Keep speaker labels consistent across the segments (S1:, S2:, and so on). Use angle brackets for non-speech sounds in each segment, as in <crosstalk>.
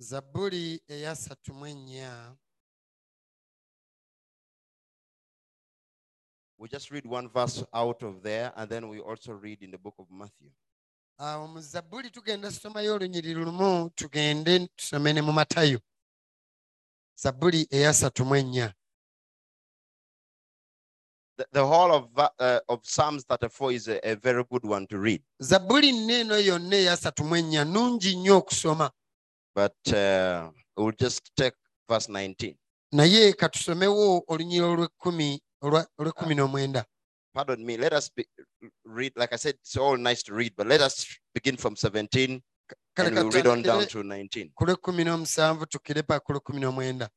S1: zabbuli eya ssatu mu ennya
S2: We just read one verse out of there, and then we also read in the book of Matthew.
S1: awo mu zabbuli tugenda somayo olunyiriri lumu tugende tusome ne mu matayo zabbuli eya ssatu mu ennya
S2: The, the whole of, va- uh, of Psalms 34 is a, a very good one to read,
S1: zabbuli nno eno yonna eya ssatu mu ennya nnungi nnyo okusoma
S2: but uh, we'll just take verse 19.
S1: naye ka tusomewo olunyiriro olw'ekkumi olwa- olw'ekkumi n'omwenda
S2: Pardon me, let us be, read, like I said, it's all nice to read, but let us begin from 17
S1: kale
S2: and
S1: ka
S2: we'll read on down
S1: tutandikire
S2: to 19.
S1: ku lw'ekkumi n'omusanvu tukkire paka ku lw'ekkumi n'omwenda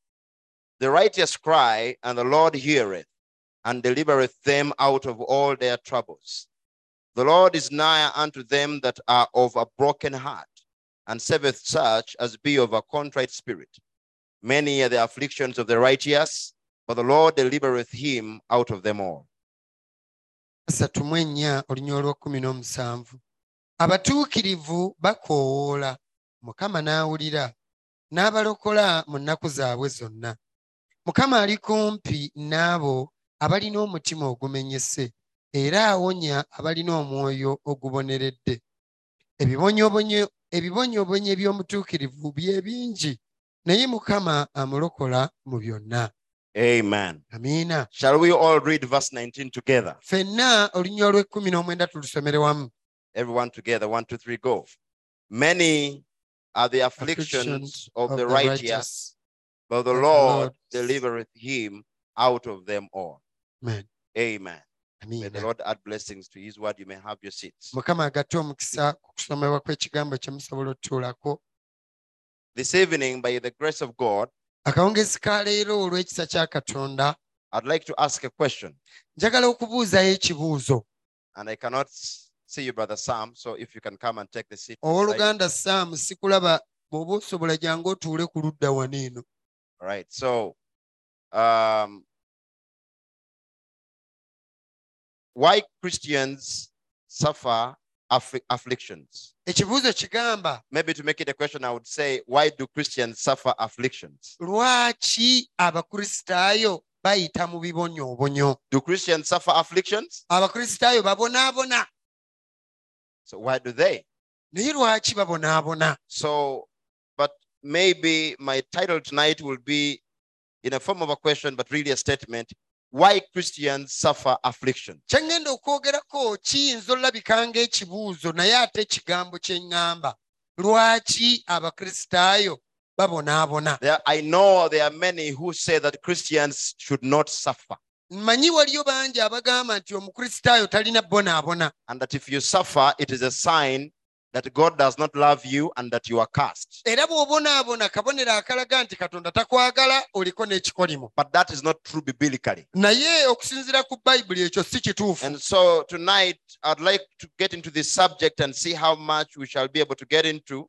S2: The righteous cry, and the Lord heareth, and delivereth them out of all their troubles. The Lord is nigh unto them that are of a broken heart, and saveth such as be of a contrite spirit. Many are the afflictions of the righteous, but the Lord delivereth him out of them all.
S1: asatu mu ennya olunya olw'ekkumi n'omusanvu abatuukirivu bakoowoola mukama n'awulira n'abalokola mu nnaku zaabwe zonna mukama ali kumpi n'abo abalina omutima ogumenyese era awonya abalina omwoyo oguboneredde ebibonyoobonyo- ebibonyoobonyo eby'omutuukirivu bye bingi naye mukama amulokola mu byonna
S2: Amen.
S1: amiina
S2: Shall we all read verse 19 together?
S1: ffenna olunya olw'ekkumi n'omwenda tulusomere wamu
S2: Everyone together. One, two, three, go. Many are the afflictions
S1: Afflictions
S2: of,
S1: of
S2: the,
S1: the
S2: righteous,
S1: righteous,
S2: but
S1: but
S2: the
S1: the
S2: Lord
S1: Lord-
S2: delivereth him out of them all.
S1: Amen.
S2: Amen. May
S1: amiina
S2: the Lord add blessings to his word. You may have your seats.
S1: mukama agatte omukisa ku kusomebwa kw'ekigambo kye musobola otutuulako
S2: This evening, by the grace of God,
S1: akawungezi ka leero olw'ekisa kya katonda
S2: I'd like to ask a question.
S1: njagala okubuuzayo ekibuuzo
S2: And I cannot s- see you, Brother Sam. So if you can come and take the seat. beside-
S1: owooluganda saamu sikulaba bw'oba osobola jangu otuule ku ludda wano eno
S2: All right. So, um, why Christians suffer affli- afflictions?
S1: ekibuuzo kigamba
S2: Maybe to make it a question, I would say, why do Christians suffer afflictions?
S1: lwaki abakristaayo bayita mu bibonyoobonyo
S2: Do Christians suffer afflictions?
S1: abakristaayo babonaabona
S2: So, why do they?
S1: naye lwaki babonaabona
S2: So, but maybe my title tonight will be in a form of a question, but really a statement why Christians suffer affliction.
S1: kye ŋŋenda okwogerako kiyinza olabika ng'ekibuuzo naye ate ekigambo kye ŋŋamba lwaki abakristaayo babonaabona
S2: There, I know there are many who say that Christians should not suffer.
S1: mmanyi waliyo bangi abagamba nti omukristaayo talina bonaabona
S2: and that if you suffer, it is a sign that God does not love you and that you are cursed.
S1: era bw'obonaabona kabonero akalaga nti katonda takwagala oliko n'ekikolimo
S2: But that is not true biblically.
S1: naye okusinziira ku bayibuli ekyo si kituufu
S2: And so tonight, I'd like to get into this subject and see how much we shall be able to get into.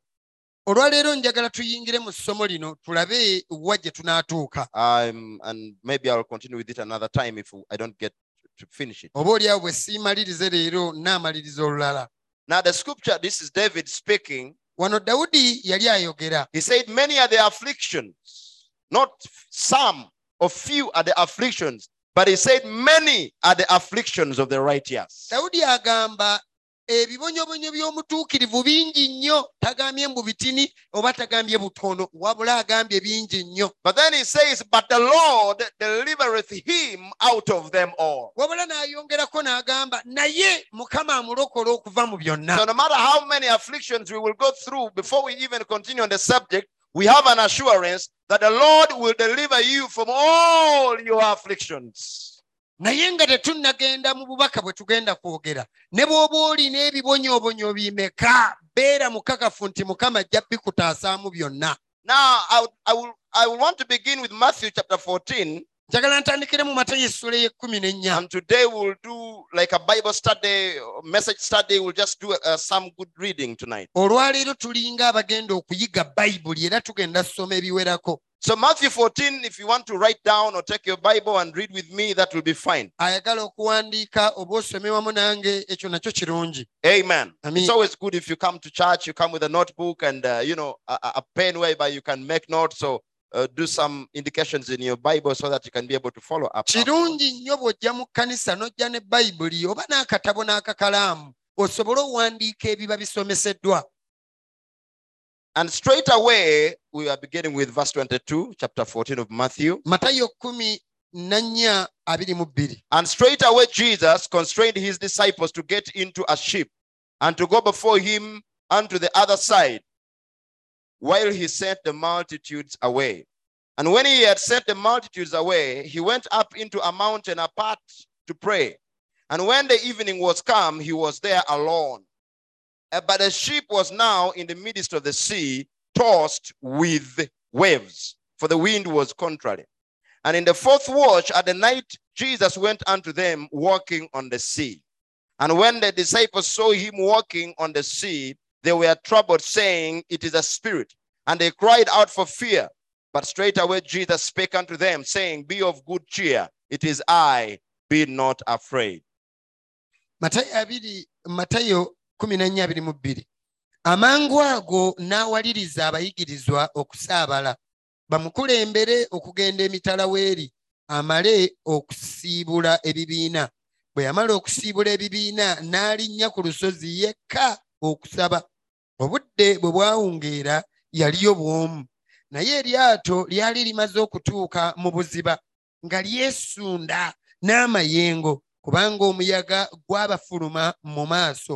S1: olwaleero njagala tuyingire mu ssomo lino tulabe wa gye tunaatuuka
S2: Um, and maybe I'll continue with it another time if I don't get to finish it.
S1: oba oliawo bwe siimalirize leero naamaliriza olulala
S2: Now, the scripture this is David speaking.
S1: wano dawudi yali ayogera
S2: He said, Many are the afflictions, not some or few are the afflictions, but he said, Many are the afflictions of the righteous.
S1: dawudi agamba ebibonyobonyo by'omutuukirivu bingi nnyo tagambye mbu bitini oba tagambye butono wabula agambye bingi nnyo
S2: But then he says, But the Lord delivereth him out of them all.
S1: wabula n'ayongerako n'agamba naye mukama amulokola okuva mu byonna
S2: So, no matter how many afflictions we will go through before we even continue on the subject, we have an assurance that the Lord will deliver you from all your afflictions.
S1: naye nga tetunnagenda mu bubaka bwe tugenda kwogera ne bw'oba olina ebibonyobonyo bimeka beera mukakafu nti mukama ajja bikutaasaamu byonna
S2: Now, I, would- I, will, I will want to begin with Matthew chapter 14,
S1: njagala ntandikire mu matayo essula y'ekkumi n'ennya
S2: and today we'll do like a Bible study, or message study. We'll just do uh, some good reading tonight.
S1: olwaleero tulinga abagenda okuyiga bayibuli era tugenda ssoma ebiwerako
S2: So, Matthew 14, if you want to write down or take your Bible and read with me, that will be fine.
S1: ayagala okuwandiika oba osome wamu nange ekyo nakyo kirungi
S2: Amen.
S1: Amen.
S2: It's always good if you come to church, you come with a notebook and, uh, you know, a, a a pen whereby you can make notes or uh, do some indications in your Bible so that you can be able to follow up.
S1: kirungi nnyo bw'ojja mu kkanisa n'ojja ne bayibuli oba n'akatabo n'akakalaamu osobole owandiika ebiba bisomeseddwa
S2: And straight away, we are beginning with verse 22, chapter 14 of Matthew.
S1: matayo 1 nannya 22
S2: And straight away, Jesus constrained his disciples to get into a ship and to go before him unto the other side, while he sent the multitudes away. And when he had sent the multitudes away, he went up into a mountain apart to pray. And when the evening was come, he was there alone. Uh, But the ship was now in the midst of the sea, tossed with waves, for the wind was contrary. And in the fourth watch at the night, Jesus went unto them walking on the sea. And when the disciples saw him walking on the sea, they were troubled, saying, It is a spirit. And they cried out for fear. But straightway Jesus spake unto them, saying, Be of good cheer, it is I, be not afraid.
S1: matayo abiri- matayo 14:22 amangu ago n'awaliriza abayigirizwa okusaabala bamukulembere okugenda emitala weeri amale okusiibula ebibiina bwe yamala okusiibula ebibiina n'alinnya ku lusozi yekka okusaba obudde bwe bwawungeera yaliyo bw'omu naye eryato lyali limaze okutuuka mu buziba nga lyesunda n'amayengo kubanga omuyaga gwabafuluma mu maaso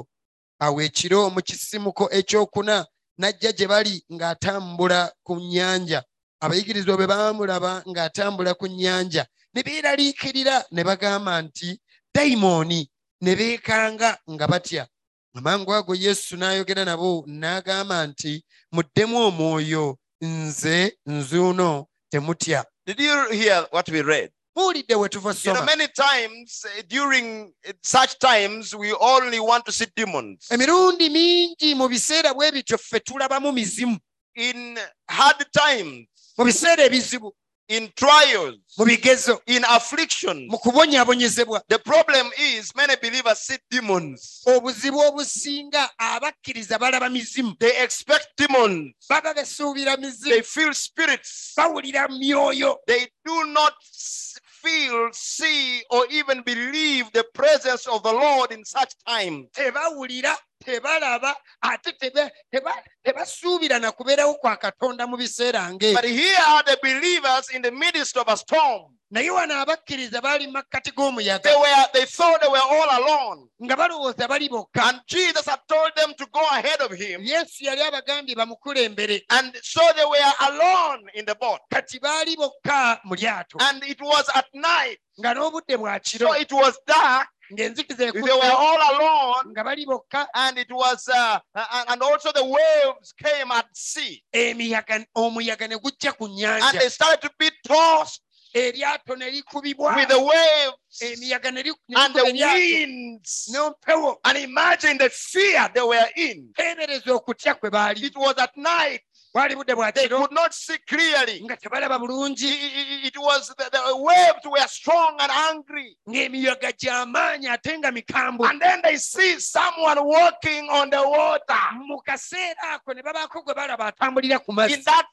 S1: awo ekiro mu kisimuko ekyokuna n'ajja gye bali ng'atambula ku nnyanja abayigirizwa bwe baamulaba ng'atambula ku nnyanja ne beeraliikirira ne bagamba nti dayimooni ne beekanga nga batya amangu ago yesu n'ayogera nabo n'agamba nti muddemu omwoyo nze nzuuno temutya
S2: Did you hear what we read?
S1: muwulidde we tuva
S2: You know,
S1: soma
S2: many times eh, during eh, such times, we only want to see demons.
S1: emirundi mingi mu biseera bwe bityo ffe tulabamu mizimu
S2: In hard times,
S1: mu biseera ebizibu
S2: in trials,
S1: mu bigezo
S2: in affliction.
S1: mu kubonyaabonyezebwa
S2: The problem is many believers see demons.
S1: obuzibu obusinga abakkiriza balaba mizimu
S2: They expect demons.
S1: baba besuubira
S2: They
S1: mizimu
S2: feel spirits.
S1: bawulira myoyo
S2: They do not s- feel, see, or even believe the presence of the Lord in such times.
S1: tebawulira tebalaba ate tebe- teba- tebasuubira na kubeerawo kwa katonda mu biseera
S2: But
S1: ng'ebyo
S2: here are the believers in the midst of a storm.
S1: naye wano abakkiriza baali mu makkati
S2: They
S1: g'omuyaga
S2: were they thought they were all alone.
S1: nga balowooza bali bokka
S2: And Jesus had told them to go ahead of him.
S1: yesu yali abagambye bamukulembere
S2: And so they were alone in the boat.
S1: kati baali bokka mu lyato
S2: And it was at night.
S1: nga n'obudde bwa kiro
S2: So it was dark.
S1: ng'enzikiza
S2: They
S1: ekutte
S2: were all alone.
S1: nga bali bokka
S2: and it was uh, and- and also the waves came at sea
S1: emiyaga omuyaga ne gujja ku
S2: and
S1: nnyanja
S2: they started to be tossed
S1: eryato ne likubibwa
S2: with the waves
S1: emiyaga ne li- ne likuba
S2: and the
S1: eryato,
S2: winds
S1: n'empewo
S2: and imagine the fear they were in
S1: teebereza okutya kwe baali
S2: it was at night
S1: bwali budde bwa
S2: they
S1: kiro
S2: could not see clearly
S1: nga tebalaba
S2: I-
S1: bulungi
S2: I- I- it was the, the waves were strong and angry
S1: ng'emiyaga gy'amaanyi ate nga mikambwe
S2: and then they see someone walking on the water
S1: mu kaseera ako ne babaako gwe balaba atambulira ku mazzi
S2: in that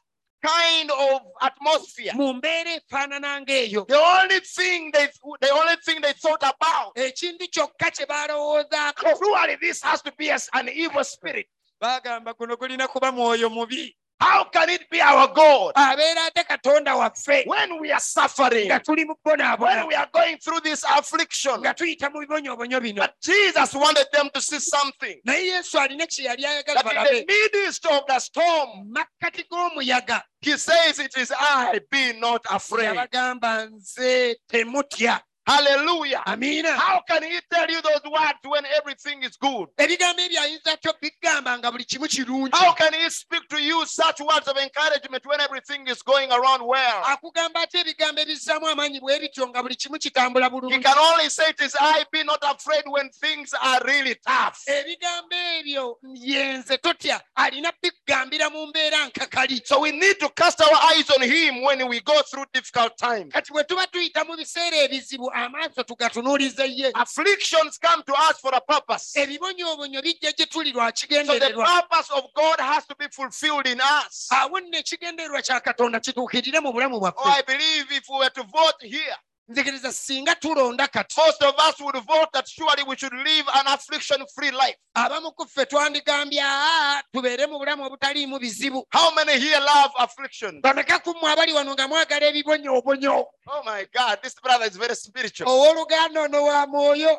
S2: kind of atmosphere
S1: mu mbeera efaanana ng'eyo
S2: the only thing they the only thing they thought about
S1: ekintu kyokka kye balowoozaako
S2: Surely this has to be as an evil spirit.
S1: baagamba guno gulina kuba mwoyo mubi
S2: How can it be our God
S1: abeera ate katonda waffe
S2: when we are suffering,
S1: nga tuli mu
S2: when
S1: bonaabona
S2: we are going through this affliction?
S1: nga tuyita mu bibonyoobonyo bino
S2: But Jesus wanted them to see something.
S1: naye yesu alina kye yali ayagala
S2: That in
S1: balabe
S2: the midst of the storm,
S1: makkati g'omuyaga
S2: he says, It is I, be not afraid.
S1: yabagamba nze temutya
S2: Hallelujah.
S1: amiina
S2: How can he tell you those words when everything is good?
S1: ebigambo ebyo ayinza tyo bigamba nga buli kimu kirungi
S2: How can he speak to you such words of encouragement when everything is going around well?
S1: akugamba ate ebigambo ebizzaamu amaanyi bwe bityo nga buli kimu kitambula
S2: He
S1: bulungi
S2: can only say it is I be not afraid when things are really tough.
S1: ebigambo ebyo yenze totya alina bigambira mu mbeera nkakali
S2: So we need to cast our eyes on him when we go through difficult times.
S1: kati bwe tuba tuyita mu biseera ebizibu amaaso tugatunuulize ye
S2: Ah. Afflictions come to us for a purpose.
S1: ebibonyoobonyo bijja gye tuli
S2: So the
S1: lwakigendererwa
S2: purpose of God has to be fulfilled in us.
S1: awo nno ekigendererwa Ah, kya katonda kituukirire mu bulamu
S2: Oh,
S1: bwaffe
S2: I believe if we were to vote here,
S1: nzikiriza singa tulonda kati
S2: most of us would vote that surely we should live an affliction free life.
S1: abamu ku ffe twandigambye aa tubeere mu bulamu obutaliimu bizibu
S2: How many here love affliction?
S1: bameka ku mmwe abali wano nga mwagala ebibonyoobonyo
S2: Oh my God, this brother is very spiritual.
S1: owooluganda ono wa mwoyo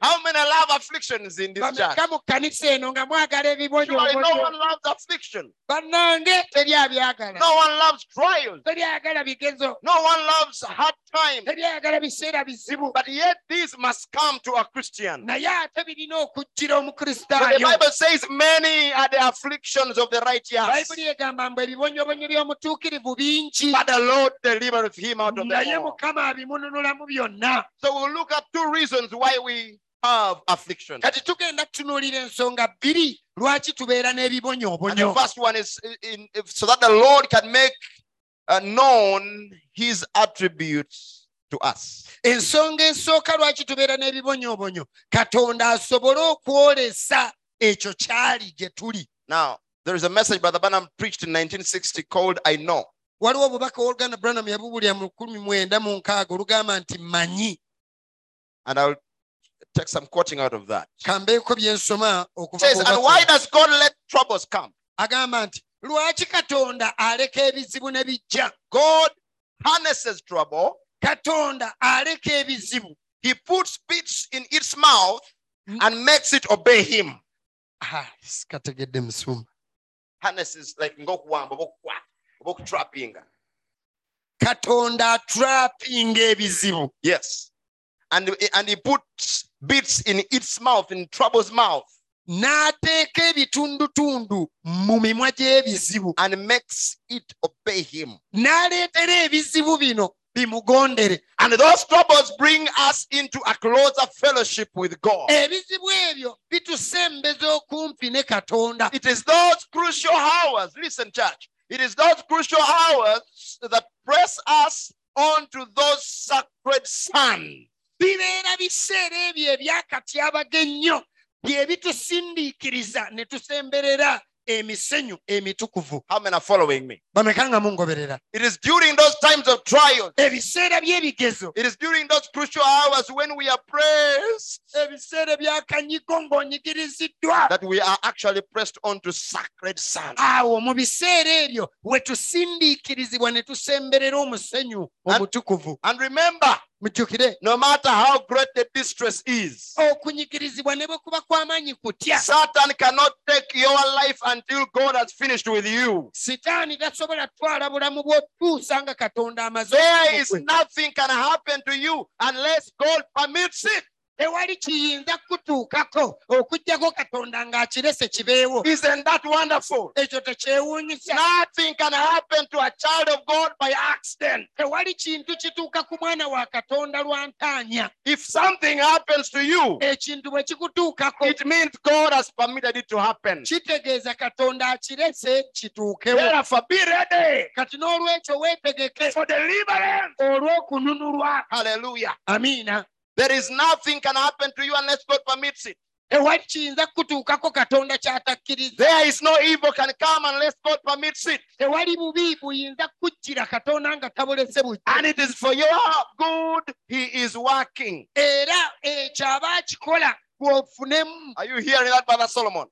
S2: How many love afflictions in this church?
S1: bameka mu kkanisa eno nga mwagala
S2: Surely no
S1: ebibonyoobonyo
S2: one loves affliction.
S1: bannange teri abyagala
S2: No one loves trials.
S1: teri ayagala bigezo
S2: No one loves hard times.
S1: teri ayagala biseera bizibu
S2: But yet these must come to a Christian.
S1: naye ate birina okujjira
S2: But the
S1: omukristaayo
S2: Bible says many are the afflictions of the righteous.
S1: bayibuli egamba mbu ebibonyobonyo by'omutuukirivu bingi
S2: But the Lord delivereth him out of
S1: naye
S2: them all.
S1: mukama abimununulamu byonna
S2: So we'll look at two reasons why we have affliction.
S1: kati tugenda tutunuulira ensonga bbiri lwaki tubeera
S2: And the
S1: n'ebibonyoobonyo
S2: first one is in, if- so that the Lord can make uh, known his attributes to us.
S1: ensonga esooka lwaki tubeera n'ebibonyoobonyo katonda asobole okwolesa ekyo kyali gye tuli
S2: Now, there is a message Brother Branham preached in 1960 called I Know.
S1: waliwo obubaka oluganda branam yabubulya mu 1906 olugamba nti manyi
S2: And I'll take some quoting out of that.
S1: kambeeko bye nsoma okuva
S2: It says,
S1: ku
S2: And
S1: bubaka
S2: why does God let troubles come?
S1: agamba nti lwaki katonda aleka ebizibu ne bijja
S2: God harnesses trouble,
S1: katonda aleka ebizibu
S2: he puts speech in its mouth and makes it obey him.
S1: Ah, sikategedde musumba
S2: Harnesses like ngokuwamba, obokukwa, obokutrapinga.
S1: katonda atrapinga ebizibu
S2: Yes. And, and he puts bits in its mouth, in trouble's mouth,
S1: n'ateeka ebitundutundu mu mimwa gy'ebizibu
S2: and makes it obey him.
S1: n'aleetera ebizibu bino bimugondere
S2: And those troubles bring us into a closer fellowship with God.
S1: ebizibu ebyo bitusembeza okumpi ne katonda
S2: It is those crucial hours, listen, church, it is those crucial hours that press us onto those sacred sun.
S1: bibeera biseera ebyo ebyakatyabaga ennyo bye bitusindiikiriza ne tusemberera emisenyu emitukuvu
S2: How many are following me?
S1: bameka nga mungoberera
S2: It is during those times of trials.
S1: ebiseera by'ebigezo
S2: It is during those crucial hours when we are pressed
S1: ebiseera ebyakanyigo ng'onyigiriziddwa
S2: that we are actually pressed onto sacred sun.
S1: awo mu biseera ebyo we tusindiikirizibwa ne tusemberera omusenyu omutukuvu
S2: And remember,
S1: mujjukire
S2: no matter how great the distress is,
S1: Oh, okunyigirizibwa ne bwe kuba kw'amaanyi kutya
S2: Satan cannot take your life until God has finished with you.
S1: sitaani tasobola kutwala bulamu bw'otuusa nga katonda amaze
S2: There is
S1: okukugwe.
S2: nothing can happen to you unless God permits it.
S1: tewali kiyinza kutuukako okuggyako katonda ng'akirese kibeewo
S2: Isn't that wonderful?
S1: ekyo tekyewuunyisa
S2: Nothing can happen to a child of God by accident.
S1: tewali kintu kituuka ku mwana wa katonda lwa ntaanya
S2: If something happens to you,
S1: ekintu bwe kikutuukako
S2: it means God has permitted it to happen.
S1: kitegeeza katonda akirese kituukewo
S2: Therefore, be ready
S1: kati n'olwekyo weetegeke
S2: for deliverance.
S1: olw'okununulwa
S2: Hallelujah.
S1: amiina
S2: There is nothing can happen to you unless God permits it.
S1: tewali kiyinza kutuukako katonda ky'atakkiriza
S2: There is no evil can come unless God permits it.
S1: tewali bubi buyinza kujjira katonda nga tabulese bujja
S2: And it is for your good. He is working.
S1: era ekyo aba akikola gweofunemu
S2: Are you hearing that, Brother Solomon?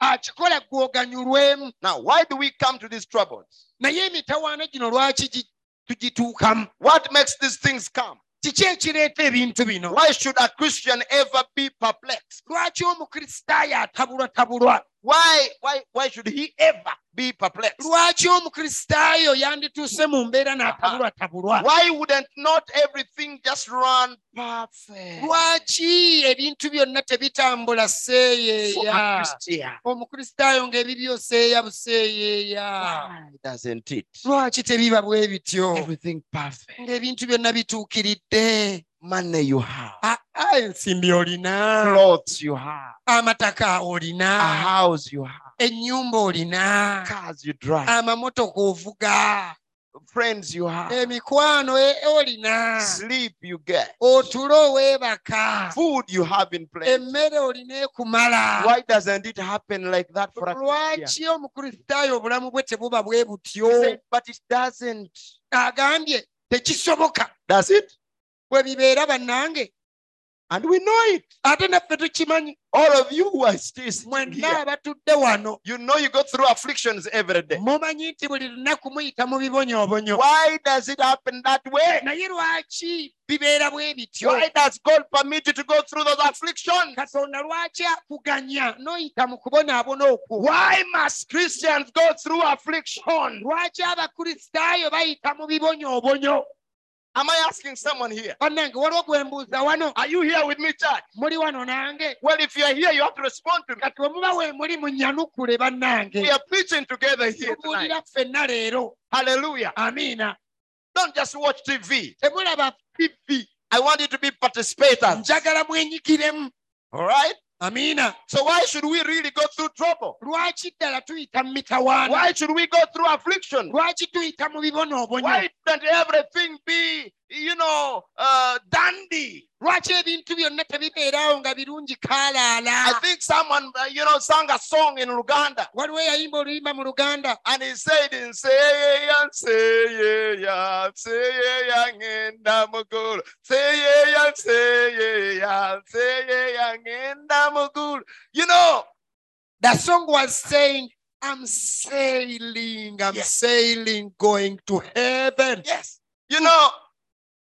S1: akikola gwoganyulwemu
S2: Now, why do we come to these troubles?
S1: naye emitawaana gino lwaki gi- tugituukamu
S2: What makes these things come?
S1: kiki ekireeta ebintu bino
S2: Why should a Christian ever be perplexed?
S1: lwaki omukristaayo atabulwatabulwa
S2: Why, why, why should he ever be perplexed?
S1: lwaki omukristaayo yandituuse mu mbeera n'atabulwatabulwa
S2: Why wouldn't not everything just run perfect
S1: lwaki ebintu byonna tebitambula
S2: for a
S1: seeyeeya
S2: Christian?
S1: omukristaayo ng'ebi byoseeya buseeyeeya
S2: Why doesn't it?
S1: lwaki tebiba bwe bityo
S2: Everything perfect.
S1: ng'ebintu byonna bituukiridde
S2: Money you have,
S1: Ah, ah, ensimbi olina
S2: clothes you have,
S1: amataka
S2: a
S1: olina
S2: house you have,
S1: ennyumba olina
S2: cars you drive,
S1: amamotoka ovuga
S2: friends you have,
S1: emikwano e- olina
S2: sleep you get,
S1: otule oweebaka
S2: food you have in place.
S1: emmere olina ekumala
S2: Why doesn't it happen like that for a
S1: lwaki
S2: Christian?
S1: omukristaayo obulamu bwe tebuba bwe butyo
S2: He said, But it doesn't.
S1: agambye tekisoboka
S2: Does it?
S1: bwe bibeera bannange
S2: And we know it.
S1: ate naffe tukimanyi
S2: All of you who are still sitting
S1: mwenna
S2: here,
S1: abatudde wano
S2: you know you go through afflictions every day.
S1: mumanyi nti buli lunaku muyita mu bibonyoobonyo
S2: Why does it happen that way?
S1: naye lwaki bibeera bwe bityo
S2: Why does God permit you to go through those afflictions?
S1: katonda lwaki akuganya n'oyita mu kubonaabona okwo
S2: Why must Christians go through affliction?
S1: lwaki abakristaayo bayita mu bibonyoobonyo
S2: Am I asking someone here?
S1: bannange waliwo gwe mbuuza wano
S2: Are you here with me, church?
S1: muli wano nange
S2: Well, if you are here, you have to respond to me.
S1: kati bwe muba we muli munyanukule
S2: We
S1: bannange
S2: are preaching together here tonight.
S1: tubuulira ffenna leero
S2: Hallelujah.
S1: amiina
S2: Don't just watch TV.
S1: temulaba pipi
S2: I want you to be participators.
S1: njagala mwenyigiremu
S2: All right?
S1: amiina
S2: So why should we really go through trouble?
S1: lwaki ddala tuyita mu mitawaana
S2: Why should we go through affliction?
S1: lwaki tuyita mu bibonoobonyo
S2: Why shouldn't everything be, you know, uh, dandy?
S1: lwaki ebintu byonna tebibeeraawo nga birungi
S2: I
S1: kaalaala
S2: think someone, uh, you know, sang a song in Uganda.
S1: waliwo eyayimba oluyimba mu luganda
S2: And he said, in say yeah, say yeah, say yeah, ngenda mugulu, say yeah, say yeah, say yeah, ngenda mugulu. You know,
S1: the song was saying i'm sailing i'm
S2: Yes.
S1: sailing going to heaven
S2: yes, you know,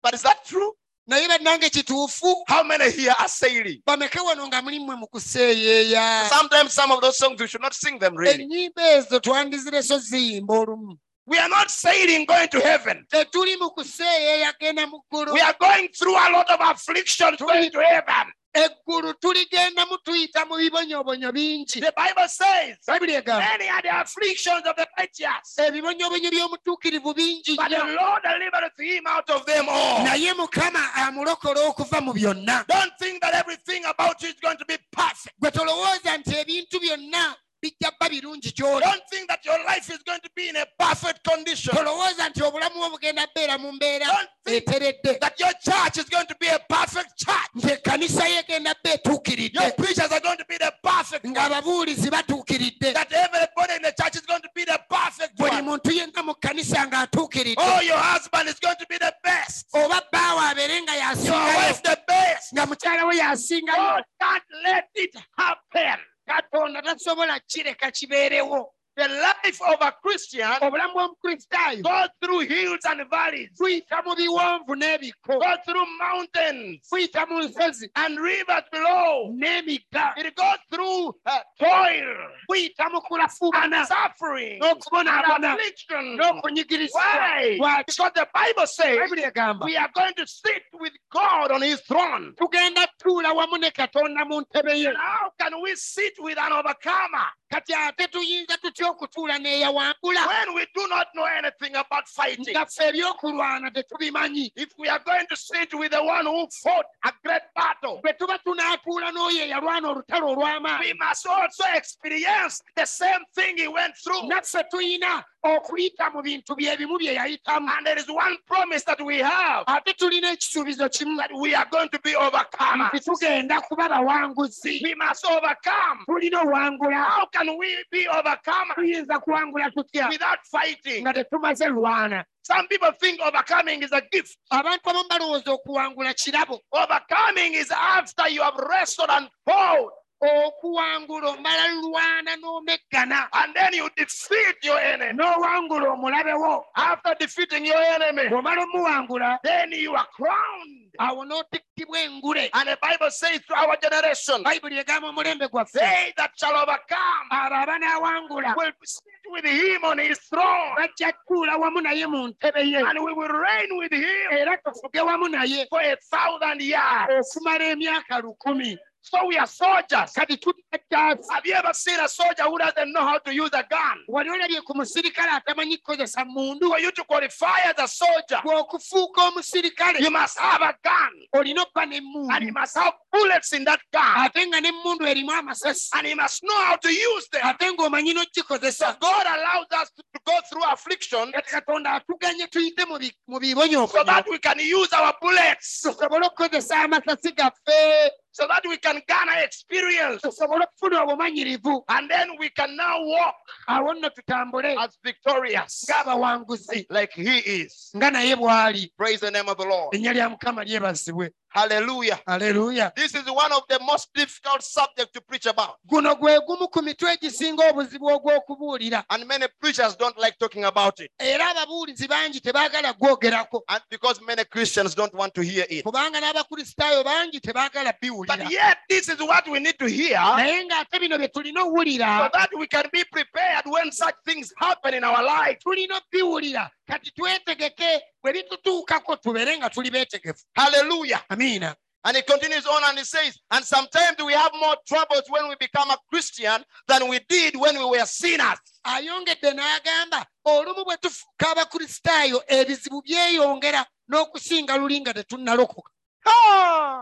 S2: but is that true?
S1: naye bannange kituufu
S2: How many here are sailing?
S1: bameka wano nga muli mmwe mu kuseeyeeya
S2: Sometimes some of those songs we should not sing them really.
S1: ennyimba ezo twandizirese ziyimba olumu
S2: We are not sailing going to heaven.
S1: tetuli mu kuseeyeeya genda mu ggulu
S2: We are going through a lot of afflictions going to heaven.
S1: eggulu tuligendamu tuyita mu bibonyoobonyo bingi
S2: The Bible says,
S1: bayibuli egamba
S2: many are the afflictions of the righteous,
S1: ebibonyoobonyo by'omutuukirivu bingi
S2: but
S1: nnyo
S2: the Lord delivereth him out of them all.
S1: naye mukama amulokola okuva mu byonna
S2: Don't think that everything about you is going to be perfect.
S1: gwe tolowooza nti ebintu byonna bijja bba birungi gy'oli
S2: Don't think that your life is going to be in a perfect condition.
S1: tolowooza nti obulamu bwe bugenda bbeera mu mbeera
S2: Don't think
S1: eteredde
S2: that your church is going to be a perfect church.
S1: nti ekkanisa ye egenda bba etuukiridde
S2: Your preachers are going to be the perfect ones.
S1: ng'ababuulizi batuukiridde
S2: That everybody in the church is going to be the perfect
S1: buli
S2: one.
S1: muntu yenna mu kkanisa ng'atuukiridde
S2: Oh, your husband is going to be the best.
S1: oba bbaawe abeere nga
S2: Your
S1: yasingayo
S2: wife the best.
S1: nga mukyala we yasingayo
S2: Oh, God, let it happen.
S1: katonda tasobola kireka kibeerewo
S2: The life Oh. of a Christian
S1: obulamu bw'omukristaayo
S2: goes through hills and valleys,
S1: tuyita mu biwonvu n'ebiko
S2: goes through mountains
S1: tuyita mu nsozi
S2: and rivers below.
S1: n'emigga
S2: It goes through uh, toil
S1: kuyita eh, mu kulafuubana
S2: and suffering and
S1: n'okubonaabona
S2: affliction.
S1: n'okunyigirizibwa
S2: Why?
S1: Why?
S2: Because the Bible says
S1: bayibuli egamba
S2: we are going to sit with God on his throne.
S1: tugenda tuula wamu ne katonda mu ntebe ye
S2: And how can we sit with an overcomer
S1: kati ate tuyinza tutya okutuula n'eyawangula
S2: when we do not know anything about fighting?
S1: nga ffe ebyokulwana tetubimanyi
S2: If we are going to sit with the one who fought a great battle,
S1: bwe tuba tunaatuula n'oyo eyalwana olutalo
S2: we
S1: olw'amaanyi
S2: must also experience the same thing he went through.
S1: naffe tuyina okuyita mu bintu byebimu bye yayitamu
S2: And there is one promise that we have
S1: ate tulina ekisuubizo kimu
S2: that we are going to be
S1: nti
S2: overcomers.
S1: tugenda kuba bawanguzi
S2: We must overcome.
S1: tulina owangula
S2: How can we be overcomers
S1: tuyinza kuwangula tutya
S2: without fighting?
S1: nga tetumaze lwana
S2: Some people think overcoming is a gift.
S1: abantu abamu balowooza okuwangula kirabo
S2: Overcoming is after you have wrestled and fought
S1: okuwangula omala lwana n'omeggana
S2: and then you defeat your enemy.
S1: n'owangula omulabe wo
S2: After defeating your enemy,
S1: bw'omala omuwangula
S2: then you are crowned.
S1: awo n'otikkibwa engule
S2: And the Bible says to our generation,
S1: bayibuli egamba omulembe gwaffe
S2: they that shall overcome
S1: abo abanaawangula
S2: will sit with him on his throne,
S1: bajja kutuula wamu naye mu ntebe ye
S2: and we will reign with him
S1: era tufuge wamu naye
S2: for a thousand years.
S1: okumala emyaka lukumi
S2: So we are soldiers.
S1: kati tutataasi
S2: Have you ever seen a soldier who doesn't know how to use a gun?
S1: wali olabye ku musirikale atamanyi kukozesa mundu
S2: For you to qualify as a soldier,
S1: bw'okufuuka omusirikale
S2: you must have a gun,
S1: olina okuba
S2: and you
S1: n'emmundu
S2: must have bullets in that gun,
S1: ate nga n'emmundu erimu amasasi
S2: and you must know how to use them.
S1: ate ng'omanyi
S2: So
S1: n'ogikozesa
S2: God allows us to, to go through affliction
S1: kati katonda atuganye tuyite mu bi- mu
S2: so that
S1: bibonyoobonyo
S2: we can use our bullets,
S1: tusobole okukozesa amasasi gaffe
S2: so that we can garner experience,
S1: tusobole okufuna obumanyirivu
S2: and then we can now walk
S1: awo nno tutambule
S2: as victorious,
S1: ng'abawanguzi
S2: like He is.
S1: nga naye bw'ali
S2: Praise the name of the Lord.
S1: ennya lya mukama lyebazibwe
S2: Hallelujah.
S1: aleluya
S2: This is one of the most difficult subjects to preach about,
S1: guno gwe gumu ku mitwe egisinga obuzibu ogw'okubuulira
S2: and many preachers don't like talking about it,
S1: era ababuulizi bangi tebaagala gwogerako
S2: and because many Christians don't want to hear it.
S1: kubanga n'abakristaayo bangi tebaagala biwulira
S2: But yet, this is what we need to hear
S1: naye ng'ate bino bye tulina
S2: so
S1: owulira
S2: that we can be prepared when such things happen in our life.
S1: tulina biwulira kati twetegeke bwe bitutuukako tubeere nga tuli beetegefu
S2: Hallelujah.
S1: amiina
S2: And it continues on and it says, and sometimes we have more troubles when we become a Christian than we did when we were sinners.
S1: ayongedde n'agamba olumu bwe tufuuka abakristaayo ebizibu byeyongera n'okusinga luli nga tetunnalokoka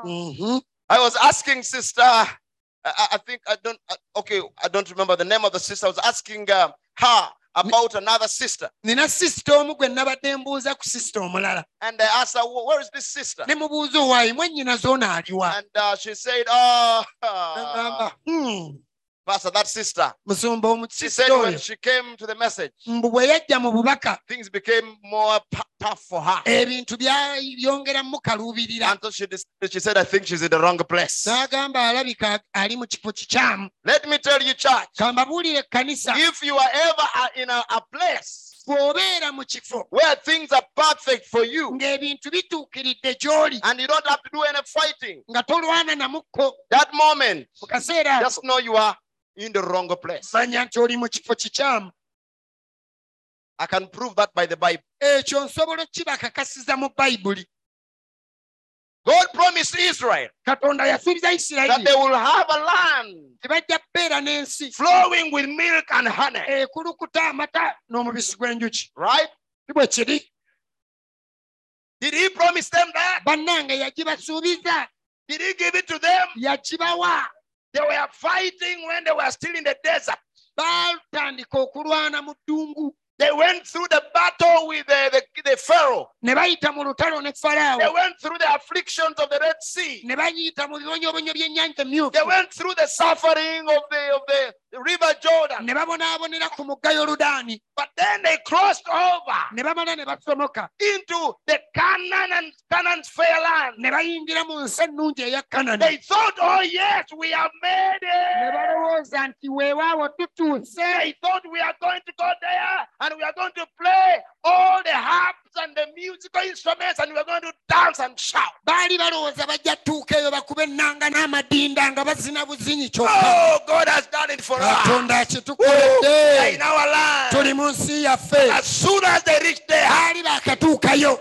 S1: Mhm.
S2: I was asking sister, I, I I think I don't, uh, okay, I don't remember the name of the sister. I was asking um, her about another sister.
S1: nina sisita omu gwe nabadde mbuuza ku sisita omulala
S2: And I asked her, "Wh- where is this sister?
S1: ne mubuuza owaayi mwennyina zoona aliwa
S2: And uh, she said, oh,
S1: nagamba "Hmm,
S2: Pastor, that sister.
S1: musumba
S2: She said
S1: omukisita
S2: when
S1: oyo
S2: she came to the message,
S1: mbu bwe yajja mu bubaka
S2: things became more p- tough for her.
S1: ebintu byabyongeramu kaluubirira
S2: And so she, decided- she said, I think she's in the wrong place.
S1: n'agamba alabika ali mu kifo kikyamu
S2: Let me tell you, church,
S1: kambabuulire ekkanisa
S2: if you are ever uh, in a, a place
S1: bw'obeera mu kifo
S2: where things are perfect for you
S1: ng'ebintu bituukiridde gy'oli
S2: and you don't have to do any fighting,
S1: nga tolwana namukko
S2: that moment,
S1: mu kaseera
S2: just know you are in the wrong place.
S1: manya nti oli mu kifo kikyamu
S2: I can prove that by the Bible.
S1: ekyo nsobola okukibakakasiza mu bayibuli
S2: God promised Israel
S1: katonda yasuubiza
S2: that
S1: isirayiri
S2: they will have a land
S1: tebajja kubeera n'ensi
S2: flowing with milk and honey,
S1: ekulukuta amata n'omubisi gw'enjuki
S2: right?
S1: si bwe kiri
S2: Did He promise them that?
S1: bannange yagibasuubiza
S2: Did He give it to them?
S1: yakibawa
S2: They were fighting when they were still in the desert.
S1: baatandika okulwana mu ddungu
S2: They went through the battle with the, the, the Pharaoh.
S1: ne bayita mu lutalo ne
S2: They
S1: falaawo
S2: went through the afflictions of the Red Sea.
S1: ne bayita mu bibonyoobonyo by'ennyanja emyufu
S2: They went through the suffering of the, of the River Jordan.
S1: ne babonaabonera ku mugga yoludaani
S2: But then they crossed over
S1: ne bamala ne basomoka
S2: into the Canaan and Canaan's fair land.
S1: ne bayingira mu nsi ennungi eya kanani
S2: They thought, oh yes, we have made
S1: ne
S2: it.
S1: balowooza nti weewaawo tutuuse
S2: They thought we are going to go there and we are going to play all the harps and the musical instruments and we are going to dance and shout.
S1: baali balowooza bajja tuuka eyo bakube ennanga n'amadinda nga bazina buzinyi kyokka
S2: Oh, God has done it for us.
S1: katonda
S2: We are in
S1: kyetukoledde
S2: our land.
S1: tuli mu nsi yaffe
S2: As soon as they reach there,
S1: baali baakatuukayo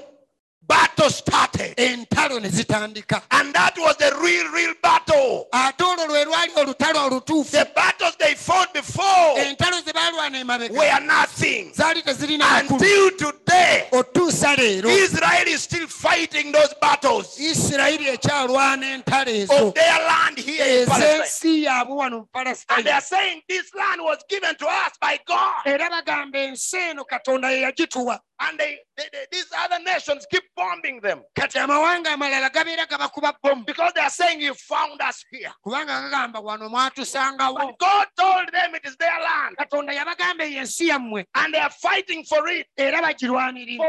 S2: battle started.
S1: entalo ne zitandika
S2: And that was the real, real battle.
S1: ate olwo lwe lwali olutalo olutuufu
S2: The battles they fought before
S1: entalo ze baalwana emabega
S2: were nothing.
S1: zaali tezirina makulu
S2: Until today,
S1: otuusa leero
S2: Israel is still fighting those battles
S1: isirayiri ekyalwana entalo ezo
S2: of their land here in Oh, Palestine.
S1: ez'ensi yaabwe wano mu
S2: And they
S1: palasitayini
S2: are saying this land was given to us by God.
S1: Eh. era bagamba ensi eno katonda ye yagituwa
S2: and they, they, they- these other nations keep bombing them
S1: kati amawanga amalala gabeera gabakuba bomu
S2: because they are saying you found us here.
S1: kubanga gagamba wano mwatusangawo
S2: But God told them it is their land
S1: katonda yabagamba eyo ensi yammwe
S2: and they are fighting for it
S1: era
S2: for
S1: bagirwanirira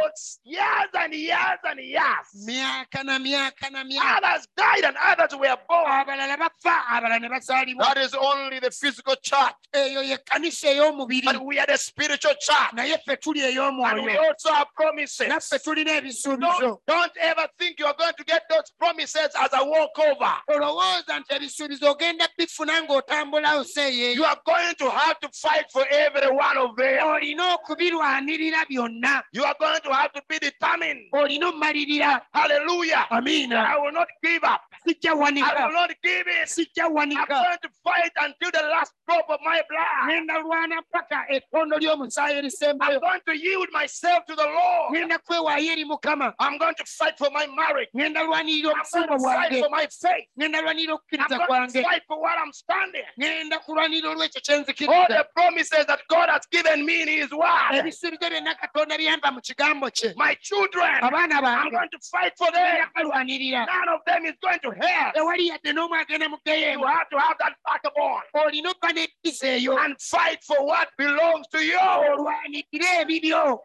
S2: years and years and years.
S1: myaka na myaka na myaka
S2: Others died and others were born.
S1: abalala bafa abalala ne basaalibwa
S2: That is only the physical church,
S1: eyo ye kanisa ey'omubiri
S2: but we are the spiritual church.
S1: naye ffe tuli
S2: And we
S1: ey'omwoyo
S2: also have promises.
S1: naffe tulina
S2: Don't,
S1: ebisuubizo
S2: don't ever think you are going to get those promises as a walkover.
S1: olowooza nti ebisuubizo ogenda bifuna ng'otambula
S2: You
S1: oseeyeeyo
S2: are going to have to fight for every one of them.
S1: olina okubirwanirira byonna
S2: You are going to have to be determined.
S1: olina omumalirira
S2: Hallelujah.
S1: amiina
S2: I will not give up.
S1: sijja
S2: I
S1: wanika
S2: will not give in.
S1: sijja
S2: I'm
S1: wanika
S2: going to fight until the last drop of my blood.
S1: ŋenda lwana paka ettondo ly'omusaayi
S2: I'm
S1: erisembayo
S2: going to yield myself to the Lord.
S1: ŋenda kwewaayo eri mukama
S2: I'm going to fight for my marriage.
S1: ŋenda lwanirira
S2: I'm
S1: obusungu
S2: going to
S1: bwange
S2: fight for my faith.
S1: ŋenda lwanirira okukkiriza
S2: I'm going
S1: kwange
S2: to fight for what I'm standing.
S1: ŋenda kulwanirira olw'ekyo
S2: All
S1: kyenzikiriza
S2: the promises that God has given me in His Word.
S1: ebisuubizo byonna katonda byampa mu kigambo kye
S2: My children,
S1: abaana
S2: I'm
S1: bange
S2: going to fight for them.
S1: ŋenda balwanirira
S2: None of them is going to hell.
S1: ewali E yadde n'omu agenda mu
S2: You
S1: geyeemu
S2: have to have that backbone
S1: olina obba n'ekkiza eyo
S2: and fight for what belongs to you.
S1: olwanirire ebibyo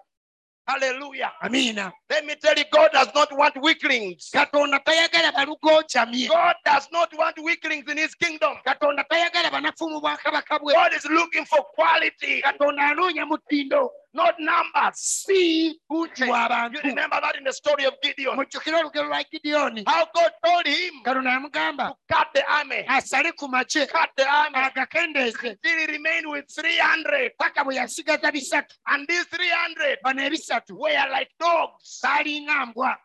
S2: Hallelujah.
S1: amiina
S2: Let me tell you, God does not want weaklings.
S1: katonda tayagala balugoocamye
S2: God does not want weaklings in His kingdom.
S1: katonda tayagala banafu mu bwakabaka bwe
S2: God is looking for quality,
S1: katonda anoonya mutindo
S2: not numbers.
S1: si bungi
S2: You
S1: bw'abantu
S2: remember that in the story of Gideon.
S1: mujjukire olugero lwa gidiyoni
S2: How God told him
S1: katonda
S2: to
S1: yamugamba
S2: cut the army,
S1: asale ku makye
S2: cut the army.
S1: agakendeeze
S2: Still he remained with 300.
S1: paka bwe yasigaza bisatu
S2: And these 300
S1: bano ebisatu
S2: were like dogs.
S1: baalinga mbwa